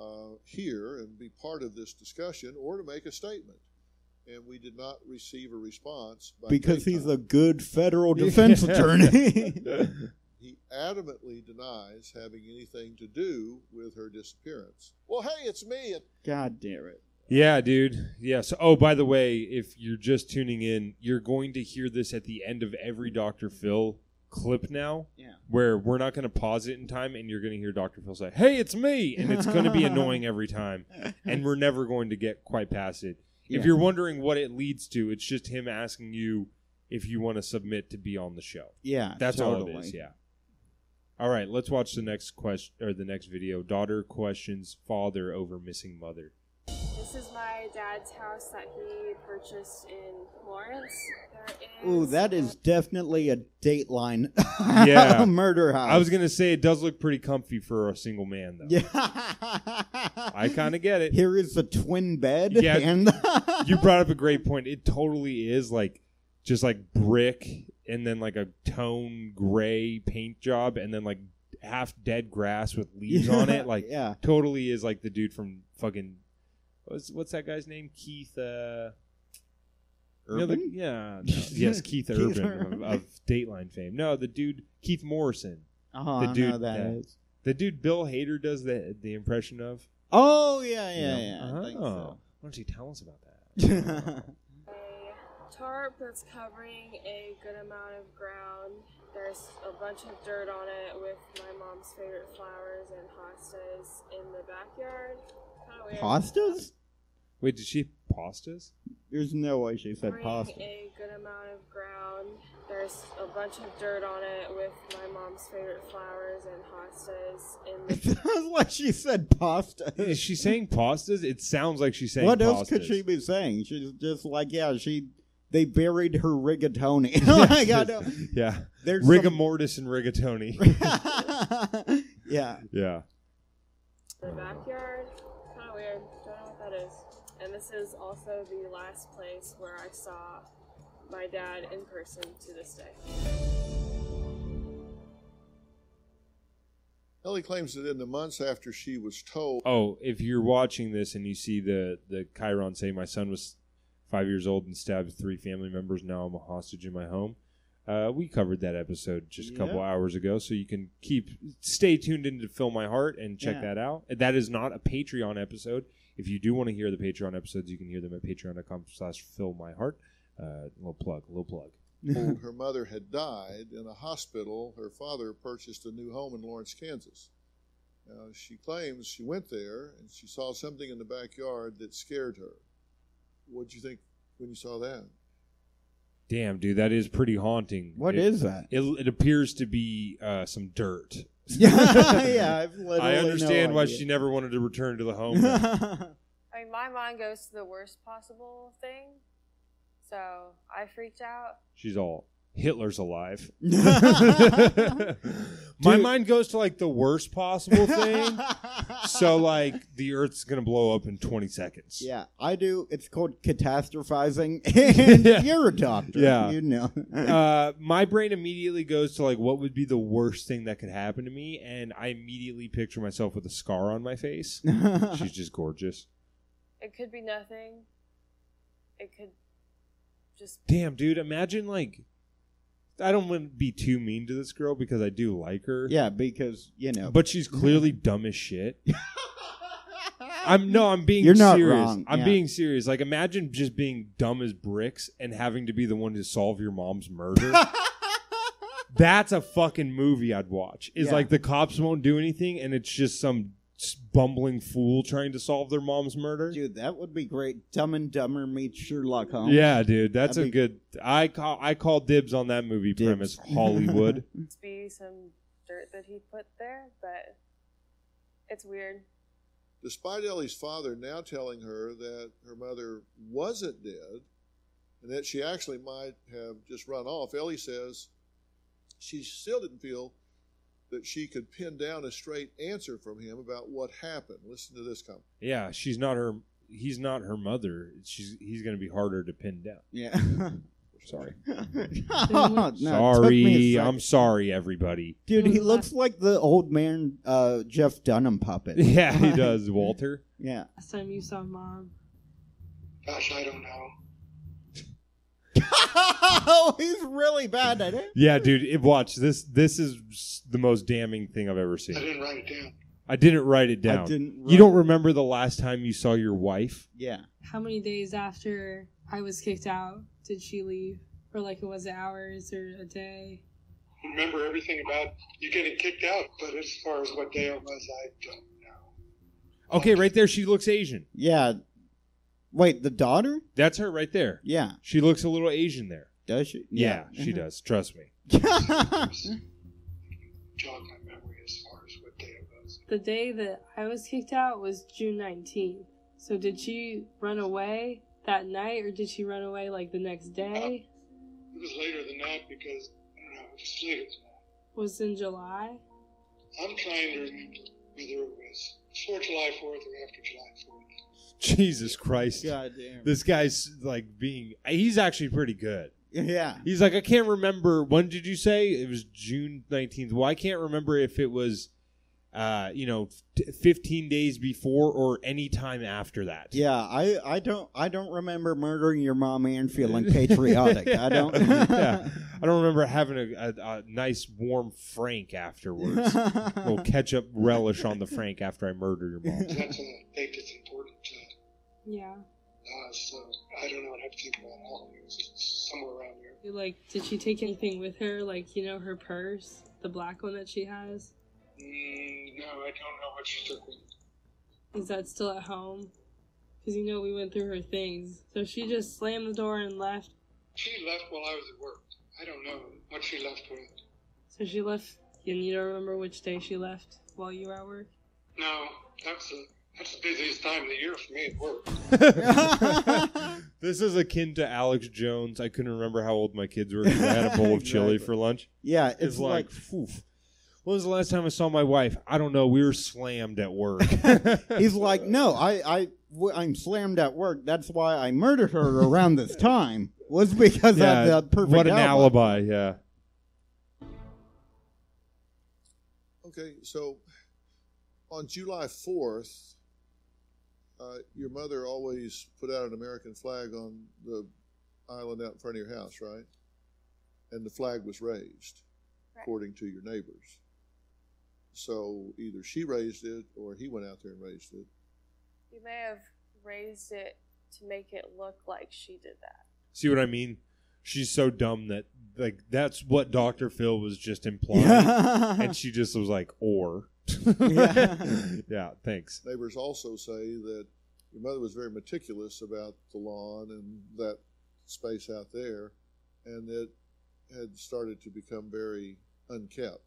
E: uh, here and be part of this discussion or to make a statement. And we did not receive a response by
B: Because
E: daytime.
B: he's a good federal defense attorney.
E: He adamantly denies having anything to do with her disappearance. Well, hey, it's me.
B: God damn it.
A: Yeah, dude. Yeah. So, oh, by the way, if you're just tuning in, you're going to hear this at the end of every Dr. Phil clip now
B: Yeah.
A: where we're not going to pause it in time and you're going to hear Dr. Phil say, "Hey, it's me." And it's going to be annoying every time and we're never going to get quite past it. If
B: Yeah.
A: you're wondering what it leads to, it's just him asking you if you want to submit to be on the show.
B: Yeah,
A: That's
B: totally.
A: all it is, yeah. All right, let's watch the next question or the next video. Daughter questions father over missing mother.
I: This is my dad's house that he purchased in Florence. There
B: Ooh, that is definitely a Dateline
A: Yeah.
B: murder house.
A: I was going to say it does look pretty comfy for a single man though.
B: Um, Yeah.
A: I kind of get it.
B: Here is the twin bed.
A: Yeah.
B: And
A: you brought up a great point. It totally is like just like brick and then like a tone gray paint job and then like half dead grass with leaves on it. Like
B: yeah.
A: totally is like the dude from fucking what's what's that guy's name? Keith uh you know, the-
B: Urban?
A: yeah. no. yes, Keith,
B: Keith
A: Urban,
B: Urban.
A: Of, of Dateline fame. No, the dude Keith Morrison.
B: Oh,
A: the
B: I know
A: dude
B: that
A: that-
B: is.
A: The dude Bill Hader does the the impression of.
B: Oh yeah, yeah,
A: you
B: yeah.
A: know?
B: I think
A: Oh.
B: so.
A: Why don't you tell us about that?
B: yeah,
I: a tarp that's covering a good amount of ground. There's a bunch of dirt on it with my mom's favorite flowers and hostas in the backyard. Kind of weird.
B: pastas?
A: Wait, did she pastas?
B: There's no way she said
I: Covering
B: pasta.
I: a good amount of ground. There's a bunch of dirt on it with my mom's favorite flowers and hostas in the
B: It sounds like she said
A: Is
B: pasta.
A: she saying pastas? It sounds like she's saying
B: What
A: pastas.
B: else could she be saying? She's just like, yeah, she. They buried her rigatoni. like, I don't,
A: Yeah.
B: there's
A: Rigor
B: some-
A: mortis and rigatoni.
B: yeah.
A: yeah.
I: the backyard. Kind of weird. Don't know what that is. And this is also the last place where I saw my dad in person to this day.
E: Ellie claims that in the months after she was told
A: Oh, if you're watching this and you see the the Chiron say, "My son was five years old and stabbed three family members. Now I'm a hostage in my home." Uh, we covered that episode just a couple
B: Yeah.
A: hours ago, so you can keep stay tuned into Fill My Heart and check
B: Yeah.
A: that out. That is not a Patreon episode. If you do want to hear the Patreon episodes, you can hear them at patreon.com/slash Fill My Heart. Uh, little plug, little plug.
E: told her mother had died in a hospital, her father purchased a new home in Lawrence, Kansas. Now, she claims she went there and she saw something in the backyard that scared her. What'd you think when you saw that?
A: Damn, dude, that is pretty haunting.
B: What
A: it,
B: is that?
A: it? It appears to be uh, some dirt.
B: yeah, yeah. I've literally
A: I understand
B: no
A: why
B: idea.
A: she never wanted to return to the home.
I: I mean, my mind goes to the worst possible thing. So I freaked out.
A: She's all Hitler's alive.
B: Dude.
A: My mind goes to like the worst possible thing. so like the Earth's gonna blow up in 20 seconds.
B: Yeah, I do. It's called catastrophizing, and
A: Yeah.
B: you're a doctor.
A: Yeah.
B: you know.
A: Uh, my brain immediately goes to like what would be the worst thing that could happen to me, and I immediately picture myself with a scar on my face. She's just gorgeous.
I: It could be nothing. It could just.
A: Damn, dude, imagine like I don't want to be too mean to this girl because I do like her.
B: yeah, because you know.
A: But she's clearly dumb as shit. I'm no, I'm being
B: You're not
A: serious.
B: wrong,
A: I'm
B: yeah.
A: being serious. Like imagine just being dumb as bricks and having to be the one to solve your mom's murder. That's a fucking movie I'd watch. Is
B: Yeah.
A: like the cops won't do anything and it's just some s- bumbling fool trying to solve their mom's murder.
B: dude, that would be great. Dumb and Dumber meets Sherlock Holmes.
A: yeah, dude, that's a
B: That'd be-
A: good. I call I call dibs on that movie
B: Dibs.
A: premise. Hollywood.
I: be some dirt that he put there, but it's weird.
E: Despite Ellie's father now telling her that her mother wasn't dead and that she actually might have just run off, Ellie says she still didn't feel that she could pin down a straight answer from him about what happened. Listen to this comment.
A: yeah, she's not her. He's not her mother. She's he's gonna be harder to pin down.
B: yeah.
A: Sorry.
B: Oh, no, it took me a
A: sorry.
B: second.
A: I'm sorry, everybody.
B: Dude, he looks like the old man uh, Jeff Dunham puppet.
A: Yeah, he does, Walter.
B: yeah.
H: Last time you saw mom.
J: Gosh, I don't know.
B: oh, he's really bad at it.
A: Yeah, dude, it, watch this. This is s- the most damning thing I've ever
J: I
A: seen.
J: didn't write it down.
A: I didn't write it down.
B: I didn't.
A: you don't remember the last time you saw your wife?
B: Yeah.
H: How many days after I was kicked out did she leave? Or like it was hours or a day?
J: remember everything about you getting kicked out, but as far as what day it was, I don't know.
A: Okay, right there, she looks Asian.
B: Yeah. Wait, the daughter?
A: That's her right there.
B: Yeah.
A: She looks a little Asian there.
B: Does she?
A: Yeah, she
B: Mm-hmm.
A: does. Trust me.
J: Jog my memory as far as what day it was.
K: The day that I was kicked out was June 19th. So did she run away that night or did she run away like the next day?
J: It was later than that because I don't know. It was later than that.
K: Was in July?
J: I'm trying to remember whether it was before July 4th or after July 4th.
A: Jesus Christ.
B: God damn.
A: This guy's like being. He's actually pretty good.
B: Yeah.
A: He's like, I can't remember. When did you say it was June nineteenth? Well, I can't remember if it was, uh, you know, t- fifteen days before or any time after that.
B: Yeah, I, I don't I don't remember murdering your mom and feeling patriotic. I don't.
A: yeah, I don't remember having a, a, a nice warm frank afterwards. little ketchup relish on the frank after I murder your mom.
J: That's a date that's important to
K: Yeah.
J: uh, so I don't know. I'd have to think about how long it was. It's somewhere around there.
K: You're Like, did she take anything with her? Like, you know, her purse? The black one that she has?
J: Mm, no, I don't know what she took with me.
K: Is that still at home? Because, you know, we went through her things. So she just slammed the door and left.
J: She left while I was at work. I don't know what she left with.
K: So she left, and you don't remember which day she left while you were at work?
J: No, that's the that's the busiest time of the year for me at work.
A: this is akin to Alex Jones. I couldn't remember how old my kids were because I had a bowl of chili
B: Exactly.
A: for lunch.
B: yeah, it's,
A: It's
B: like,
A: like, oof. When was the last time I saw my wife? I don't know. We were slammed at work.
B: he's like, no, I I w- I'm slammed at work. That's why I murdered her around this time was because of the perfect
A: what an
B: alibi.
A: alibi. Yeah.
E: Okay, so on July 4th, uh, your mother always put out an American flag on the island out in front of your house, right? And the flag was raised,
F: Correct.
E: according to your neighbors. So either she raised it or he went out there and raised it.
I: You may have raised it to make it look like she did that.
A: See what I mean? She's so dumb that like that's what Doctor Phil was just implying, and she just was like, or.
B: Yeah.
A: yeah. Thanks.
E: Neighbors also say that your mother was very meticulous about the lawn and that space out there, and it had started to become very unkept.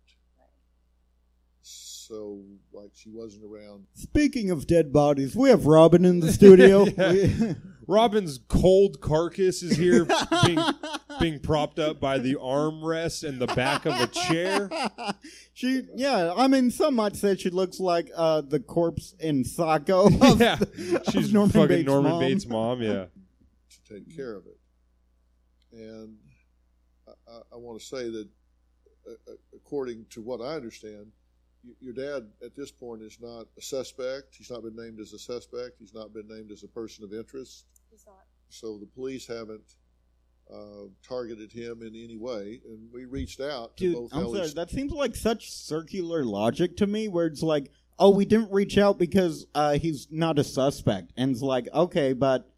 E: So, like, she wasn't around.
B: Speaking of dead bodies, we have Robin in the studio.
A: Yeah.
B: We-
A: Robin's cold carcass is here being, being propped up by the armrest and the back of a chair.
B: she, yeah, I mean, some might say she looks like uh, the corpse in Sacco. Of,
A: yeah,
B: of
A: she's
B: Norman
A: fucking
B: Bates'
A: Norman
B: mom.
A: Bates' mom. Yeah,
E: to take care of it. And I, I, I want to say that, uh, uh, according to what I understand, y- your dad at this point is not a suspect. He's not been named as a suspect. He's not been named as a person of interest.
I: He's not.
E: So the police haven't uh, targeted him in any way. And we reached out to
B: Dude,
E: both
B: I'm sorry,
E: Ellie's-
B: that seems like such circular logic to me, where it's like, oh, we didn't reach out because uh, he's not a suspect. And it's like, okay, but.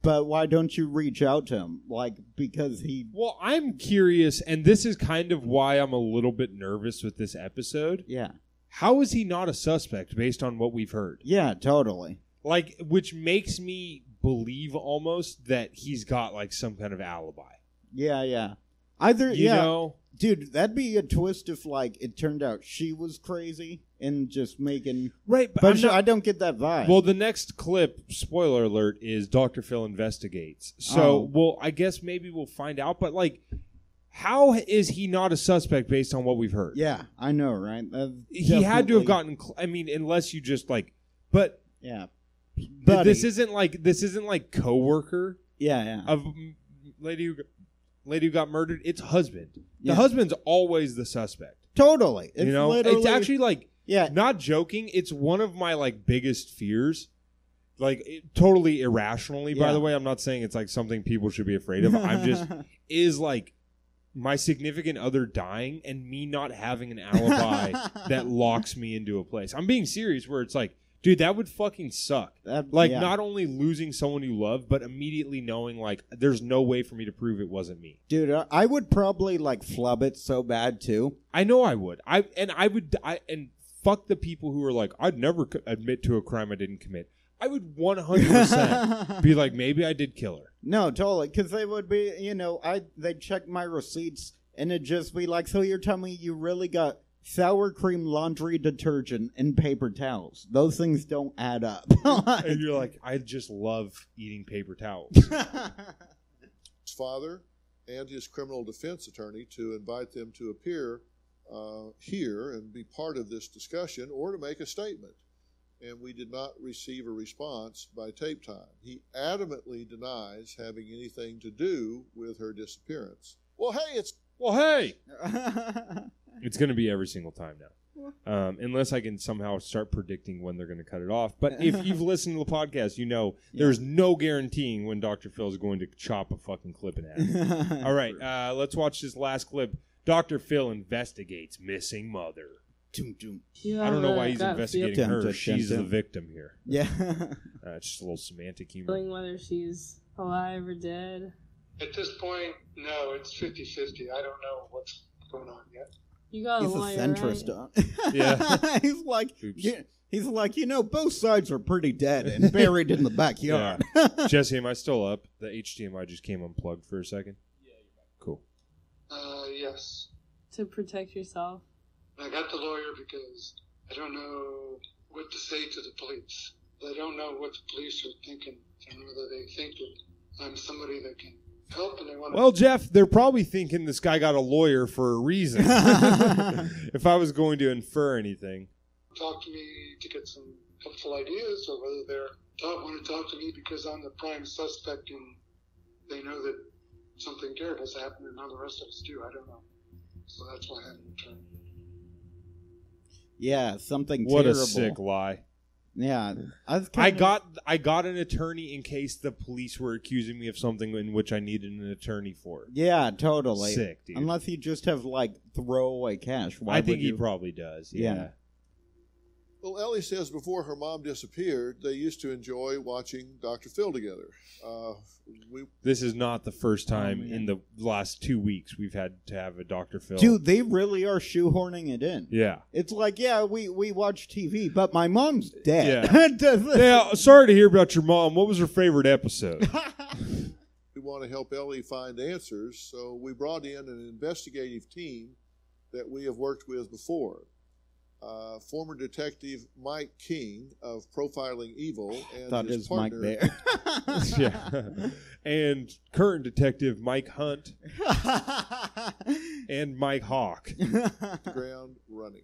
B: But why don't you reach out to him? Like because he
A: Well, I'm curious, and this is kind of why I'm a little bit nervous with this episode.
B: Yeah.
A: How is he not a suspect based on what we've heard?
B: Yeah, totally.
A: Like, which makes me believe almost that he's got like some kind of alibi.
B: Yeah, yeah. Either
A: You
B: yeah.
A: know?
B: Dude, that'd be a twist if like it turned out she was crazy and just making
A: Right,
B: But sure, I don't get that vibe.
A: Well, the next clip, spoiler alert, is Dr. Phil investigates. So,
B: Oh.
A: well, I guess maybe we'll find out, but like, how is he not a suspect based on what we've heard?
B: yeah, I know, right? That's
A: He had to
B: definitely-
A: have gotten, cl- I mean, unless you just like, but
B: Yeah.
A: th-
B: Buddy.
A: this isn't like, this isn't like coworker
B: Yeah, yeah.
A: of mm, lady who, g- lady who got murdered. It's husband. The
B: Yeah.
A: husband's always the suspect.
B: Totally. It's
A: you know,
B: literally
A: it's actually like,
B: Yeah.
A: not joking it's one of my like biggest fears like it, totally irrationally by
B: Yeah.
A: the way i'm not saying it's like something people should be afraid of i'm just is like my significant other dying and me not having an alibi that locks me into a place i'm being serious where it's like Dude, that would fucking suck.
B: That-
A: like
B: yeah.
A: not only losing someone you love, but immediately knowing like there's no way for me to prove it wasn't me.
B: Dude, uh, I- I would probably like flub it so bad too.
A: I know I would. I and I would. I and fuck the people who are like, I'd never co- admit to a crime I didn't commit. I would 100 percent be like, maybe I did kill her.
B: No, totally, because they would be, you know, I they check my receipts and it'd just be like, so you're telling me you really got sour cream, laundry detergent, and paper towels? Those things don't add up.
A: And you're like, I just love eating paper towels.
E: his father and his criminal defense attorney to invite them to appear uh, here and be part of this discussion or to make a statement. And we did not receive a response by tape time. He adamantly denies having anything to do with her disappearance. Well, hey, it's
A: well, hey, it's gonna be every single time now. Um, unless I can somehow start predicting when they're going to cut it off. But if you've listened to the podcast, you know there's no guaranteeing when Dr. Phil is going to chop a fucking clip in half. All right, uh, let's watch this last clip. Dr. Phil investigates missing mother. I don't know why he's investigating
B: feeling.
A: her.
B: Dun, dun,
A: She's
B: dun,
A: the
B: dun.
A: victim here.
B: Yeah.
A: Uh, it's just a little semantic humor.
K: Feeling whether she's alive or dead.
J: At this point, no, it's 50 50. I don't know what's going on yet.
K: You
H: Oh,
K: got
B: he's
K: a
B: a
K: lawyer,
B: centrist.
K: right?
B: huh?
A: Yeah.
B: he's like,
A: Oops.
B: yeah, he's like, you know, both sides are pretty dead and buried in the backyard.
A: Jesse, am I still up? The HDMI just came unplugged for a second. Cool.
J: Uh, yes.
K: To protect yourself.
J: I got the lawyer because I don't know what to say to the police. I don't know what the police are thinking and whether they think that I'm somebody that can help and they want to.
A: Well, Jeff, they're probably thinking this guy got a lawyer for a reason. if I was going to infer anything.
J: talk to me to get some helpful ideas, or whether they're don't want to talk to me because I'm the prime suspect and they know that something terrible has happened and all the rest of us do. I don't know. So that's why I had an attorney.
B: yeah, something
A: What
B: terrible.
A: a sick lie.
B: Yeah, I, was
A: I
B: kinda-
A: got I got an attorney in case the police were accusing me of something in which I needed an attorney for.
B: Yeah, totally.
A: Sick, dude.
B: Unless you just have like throwaway cash. Why
A: I think
B: would
A: he
B: you?
A: probably does.
B: Yeah.
A: yeah.
E: Well, Ellie says before her mom disappeared, they used to enjoy watching Dr. Phil together. Uh, we
A: This is not the first time
B: man.
A: in the last two weeks we've had to have a Dr. Phil.
B: Dude, they really are shoehorning it in.
A: Yeah.
B: It's like, yeah, we, we watch
D: Uh,
B: TV, but my mom's dead.
A: Yeah.
B: Doesn't-
A: Now, sorry to hear about your mom. What was her favorite episode?
E: We want to help Ellie find answers, so we brought in an investigative team that we have worked with before. Uh, former detective Mike King of Profiling Evil and
B: Thought
E: his
B: it was Mike
E: partner
B: there.
A: yeah. And current detective Mike Hunt and Mike Hawk.
E: Ground Running.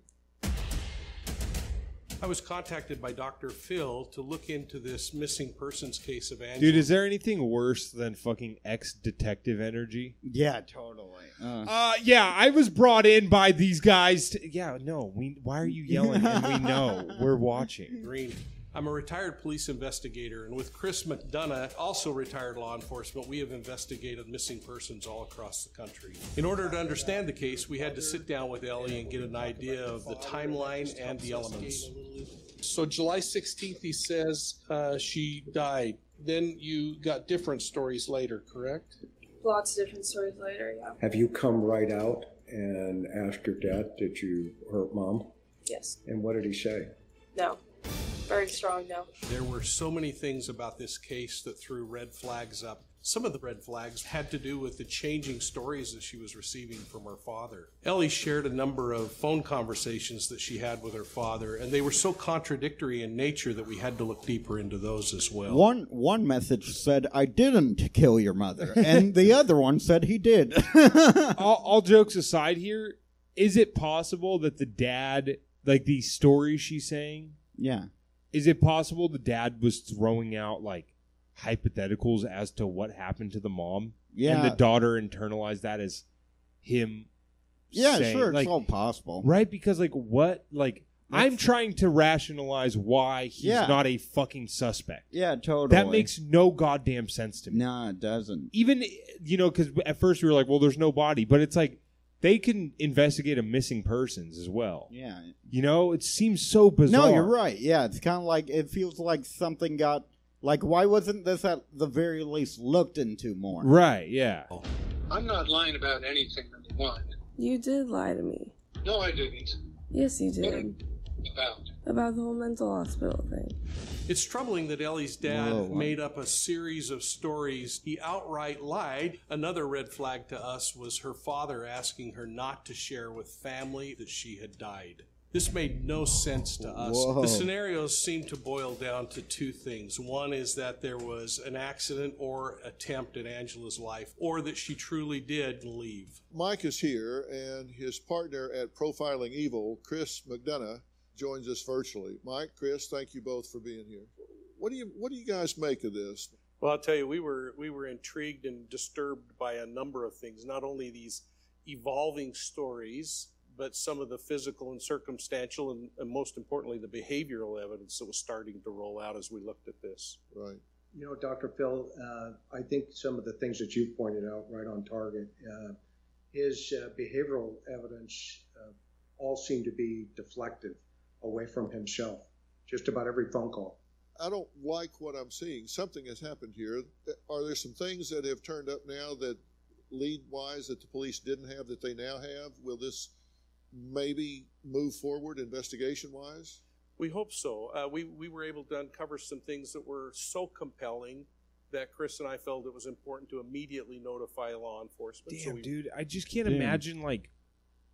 L: I was contacted by Dr. Phil to look into this missing persons case of Angela.
A: Dude, is there anything worse than fucking ex detective energy?
B: yeah, totally. Uh,
A: Uh, yeah, I was brought in by these guys. To, yeah, no, we. Why are you yelling? and we know we're watching.
L: Green. I'm a retired police investigator, and with Chris McDonough, also retired law enforcement, we have investigated missing persons all across the country. In order to understand the case, we had to sit down with Ellie and get an idea of the timeline and the elements. So July 16th, he says uh, she died. Then you got different stories later, correct?
I: Lots of different stories later, yeah.
M: Have you come right out and asked your dad, did you hurt mom?
I: Yes.
M: And what did he say?
I: No. Very strong, no.
L: There were so many things about this case that threw red flags up. Some of the red flags had to do with the changing stories that she was receiving from her father. Ellie shared a number of phone conversations that she had with her father, and they were so contradictory in nature that we had to look deeper into those as well.
B: one one message said, "I didn't kill your mother," and the other one said he did.
A: all, all jokes aside, here is it possible that the dad, like the story she's saying,
B: yeah,
A: is it possible the dad was throwing out like hypotheticals as to what happened to the mom?
B: Yeah.
A: and the daughter internalized that as him.
B: yeah,
A: saying,
B: sure, it's
A: like,
B: all possible.
A: right because like what like I'm trying to rationalize why he's
B: Yeah.
A: not a fucking suspect.
B: Yeah, totally.
A: That makes no goddamn sense to me.
B: no, it doesn't.
A: even you know because at first we were like well there's no body but it's like they can investigate a missing persons as well.
B: Yeah.
A: You know, it seems so bizarre.
B: No, you're right. Yeah, it's kind of like it feels like something got like why wasn't this at the very least looked into more?
A: Right. Yeah.
L: Oh,
J: I'm not lying about anything, number one.
H: You did lie to me.
J: No, I didn't.
H: Yes, you did.
J: About.
H: About the whole mental hospital thing.
L: It's troubling that Ellie's dad
H: Whoa.
L: made up a series of stories. He outright lied. Another red flag to us was her father asking her not to share with family that she had died. This made no sense to us.
N: Whoa.
L: The scenarios seem to boil down to two things. One is that there was an accident or attempt at Angela's life, or that she truly did leave.
E: Mike is here, and his partner at Profiling Evil, Chris McDonough, joins us virtually. Mike, Chris, thank you both for being here. What do you What do you guys make of this?
N: Well,
L: I'll tell you, we were we were intrigued and disturbed by a number of things. Not only these evolving stories, but some of the physical and circumstantial, and, and most importantly, the behavioral evidence that was starting to roll out as we looked at this.
E: Right.
O: You know, Dr. Phil, uh, I think some of the things that you pointed out right on target. Uh, his uh, behavioral evidence uh, all seemed to be deflective away from himself. Just about every phone call.
E: I don't like what I'm seeing. Something has happened here. Are there some things that have turned up now that lead wise that the police didn't have that they now have? Will this maybe move forward investigation wise?
L: We hope so. Uh, we we were able to uncover some things that were so compelling that Chris and I felt it was important to immediately notify law enforcement. so
A: Damn,
L: we,
A: dude, I just can't
L: Yeah.
A: imagine like,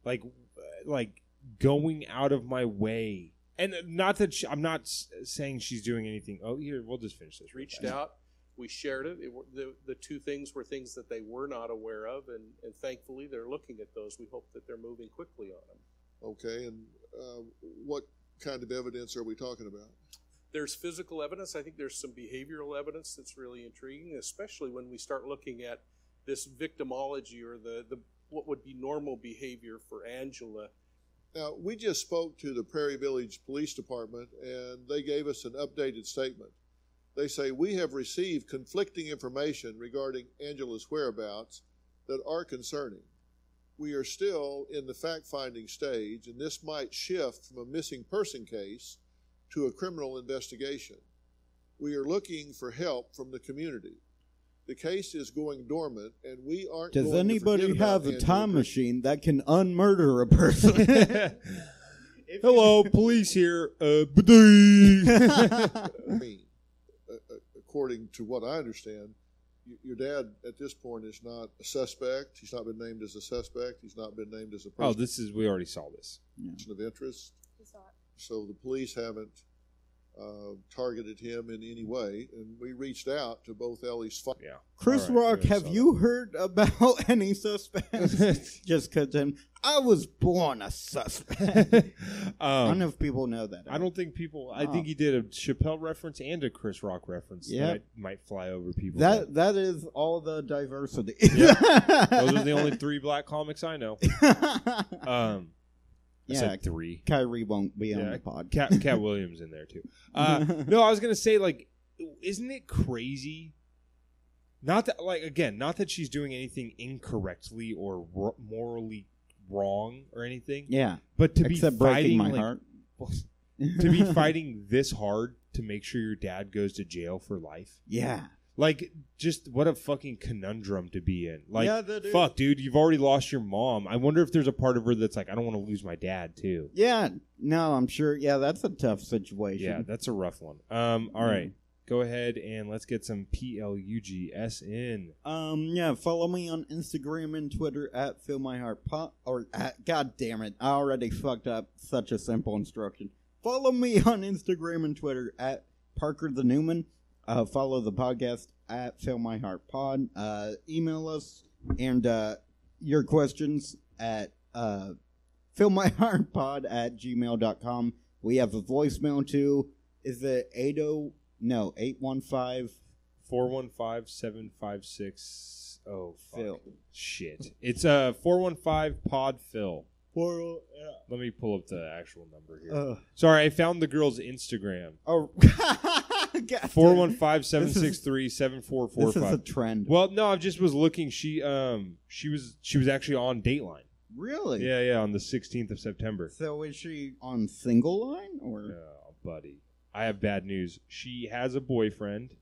A: like, uh, like going out of my way. And uh, not that she, I'm not s- saying she's doing anything. Oh, here, we'll just finish this. real
L: reached
A: fast.
L: out. We shared it. it were- the, the two things were things that they were not aware of, and, and thankfully they're looking at those. We hope that they're moving quickly on them.
E: Okay, and uh, what kind of evidence are we talking about?
L: There's physical evidence. I think there's some behavioral evidence that's really intriguing, especially when we start looking at this victimology or the, the what would be normal behavior for Angela.
E: Now, we just spoke to the Prairie Village Police Department, and they gave us an updated statement. They say we have received conflicting information regarding Angela's whereabouts that are concerning. We are still in the fact finding stage, and this might shift from a missing person case to a criminal investigation. We are looking for help from the community. The case is going dormant, and we aren't.
B: Does
E: going to
B: anybody
E: forget about
B: have a
E: Angela
B: time machine that can unmurder a person?
A: Hello, police here. Uh,
E: I mean, a- a- according to what I understand, y- your dad at this point is not a suspect. He's not been named as a suspect. He's not been named as a person
A: oh, this is we already saw this.
E: of interest. So the police haven't uh, targeted him in any way, and we reached out to both Ellie's. Fa-
A: yeah.
B: Chris Rock, have you heard about any suspects? Just because I was born a suspect.
A: Um,
B: I don't know if people know that.
A: I don't think people. I
B: Oh.
A: think he did a Chappelle reference and a Chris Rock reference.
B: Yeah.
A: that might fly over people.
B: That that is all the diversity.
A: Those are the only three black comics I know. Um, I
B: Yeah.
A: said three.
B: Kyrie won't be on
A: Yeah,
B: the pod.
A: Cat, Cat Williams in there too. Uh, no, I was gonna say like, isn't it crazy? Not that like again, not that she's doing anything incorrectly or ro- morally wrong or anything.
B: Yeah.
A: but to
B: Except
A: be
B: breaking
A: fighting
B: my
A: like,
B: heart.
A: to be fighting this hard to make sure your dad goes to jail for life.
B: Yeah.
A: Like, just what a fucking conundrum to be in. Like,
B: Yeah, that is.
A: fuck, dude, you've already lost your mom. I wonder if there's a part of her that's like, I don't want to lose my dad, too.
B: Yeah, no, I'm sure. Yeah, that's a tough situation.
A: Yeah, that's a rough one. Um, all right,
B: Mm-hmm.
A: go ahead and let's get some PLUGSN.
B: Um, yeah, follow me on Instagram and Twitter at fill my heart pop or at God damn it, I already fucked up such a simple instruction. Follow me on Instagram and Twitter at Parker the Newman. Uh, follow the podcast at fill my heart pod. Uh, email us and uh, your questions at uh, fill my heart pod at gmail.com. We have a voicemail too. Is it 80? No, 815.
A: 415 756. Oh, fuck.
B: Phil.
A: Shit. It's uh, 415 Pod Phil.
B: Four, uh,
A: Let me pull up the actual number here.
B: Ugh.
A: Sorry, I found the girl's Instagram.
B: Oh,
A: four one five seven
B: This
A: six
B: is-
A: three seven four four
B: This is a
A: five.
B: trend.
A: Well, no, I just was looking. She um she was she was actually on Dateline.
B: Really?
A: Yeah, yeah, on the 16th of September.
B: So is she on single line or?
A: Oh, buddy. I have bad news. She has a boyfriend.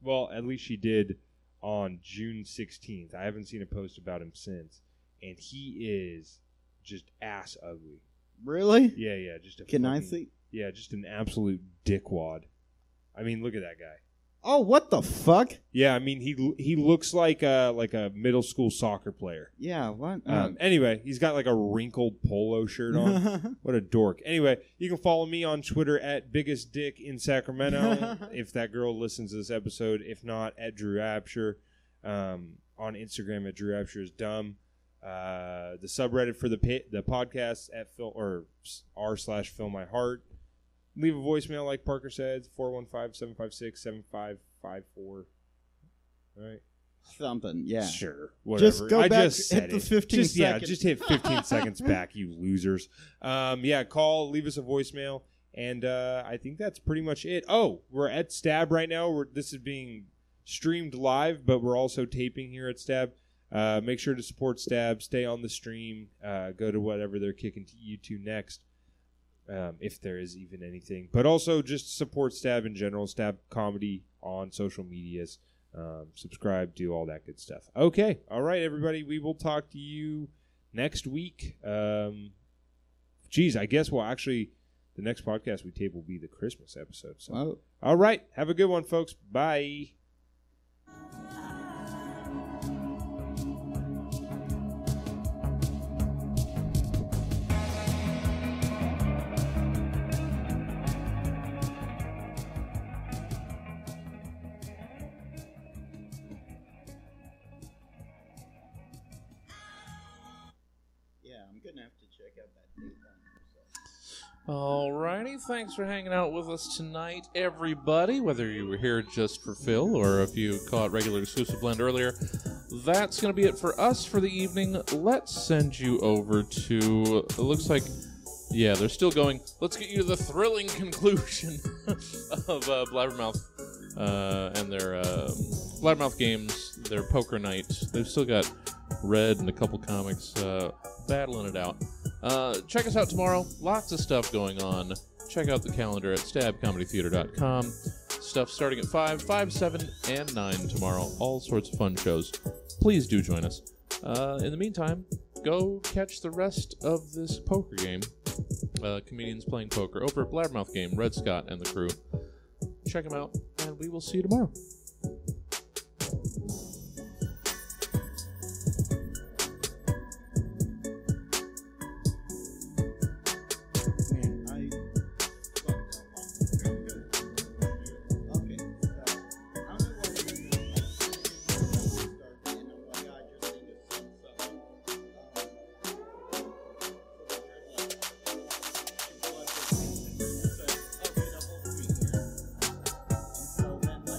A: Well, at least she did on June 16th. I haven't seen a post about him since. And he is just ass ugly.
B: Really?
A: Yeah, yeah. Just a
B: Can I
A: fucking-
B: see?
A: Yeah, just an absolute dickwad. I mean, look at that guy.
B: Oh, what the fuck?
A: Yeah, I mean he he looks like a like a middle school soccer player.
B: Yeah, what? Oh.
A: Um, anyway, he's got like a wrinkled polo shirt on. what a dork. Anyway, you can follow me on Twitter at biggest dick in Sacramento if that girl listens to this episode. If not, at Drew Apsher. Um, on Instagram at Drew Apsher is dumb. Uh, the subreddit for the pa- the podcast at fill or s- r slash fill my heart. Leave a voicemail like Parker said 415-756-7554. All right.
B: Something, yeah.
A: Sure. Whatever.
B: Just go
A: I
B: back,
A: just
B: hit
A: said
B: the
A: it.
B: 15
A: just, Yeah,
B: seconds.
A: just hit 15 seconds back, you losers. Um, yeah, call, leave us a voicemail, and uh, I think that's pretty much it. Oh, we're at Stab right now. We're, this is being streamed live, but we're also taping here at Stab. Uh, make sure to support Stab. Stay on the stream. Uh, go to whatever they're kicking to you to next, um, if there is even anything. But also just support Stab in general. Stab comedy on social medias. Um, subscribe, do all that good stuff. Okay. All right, everybody. We will talk to you next week. Um, geez, I guess we'll actually, the next podcast we tape will be the Christmas episode. So,
B: Wow.
A: all right. Have a good one, folks. Bye.
B: Yeah, I'm gonna have to check out that date.
C: Alrighty, thanks for hanging out with us tonight, everybody. Whether you were here just for Phil or if you caught regular exclusive blend earlier, that's going to be it for us for the evening. Let's send you over to. It looks like, yeah, they're still going. Let's get you to the thrilling conclusion of uh, Blabbermouth uh, and their uh, Blabbermouth games, their poker night. They've still got Red and a couple comics uh, battling it out. Uh, check us out tomorrow. Lots of stuff going on. Check out the calendar at stabcomedytheater.com. Stuff starting at 5, 5, 7, and 9 tomorrow. All sorts of fun shows. Please do join us. Uh, in the meantime, go catch the rest of this poker game. Uh, comedians playing poker over at Blabbermouth Game, Red Scott and the crew. Check them out, and we will see you tomorrow.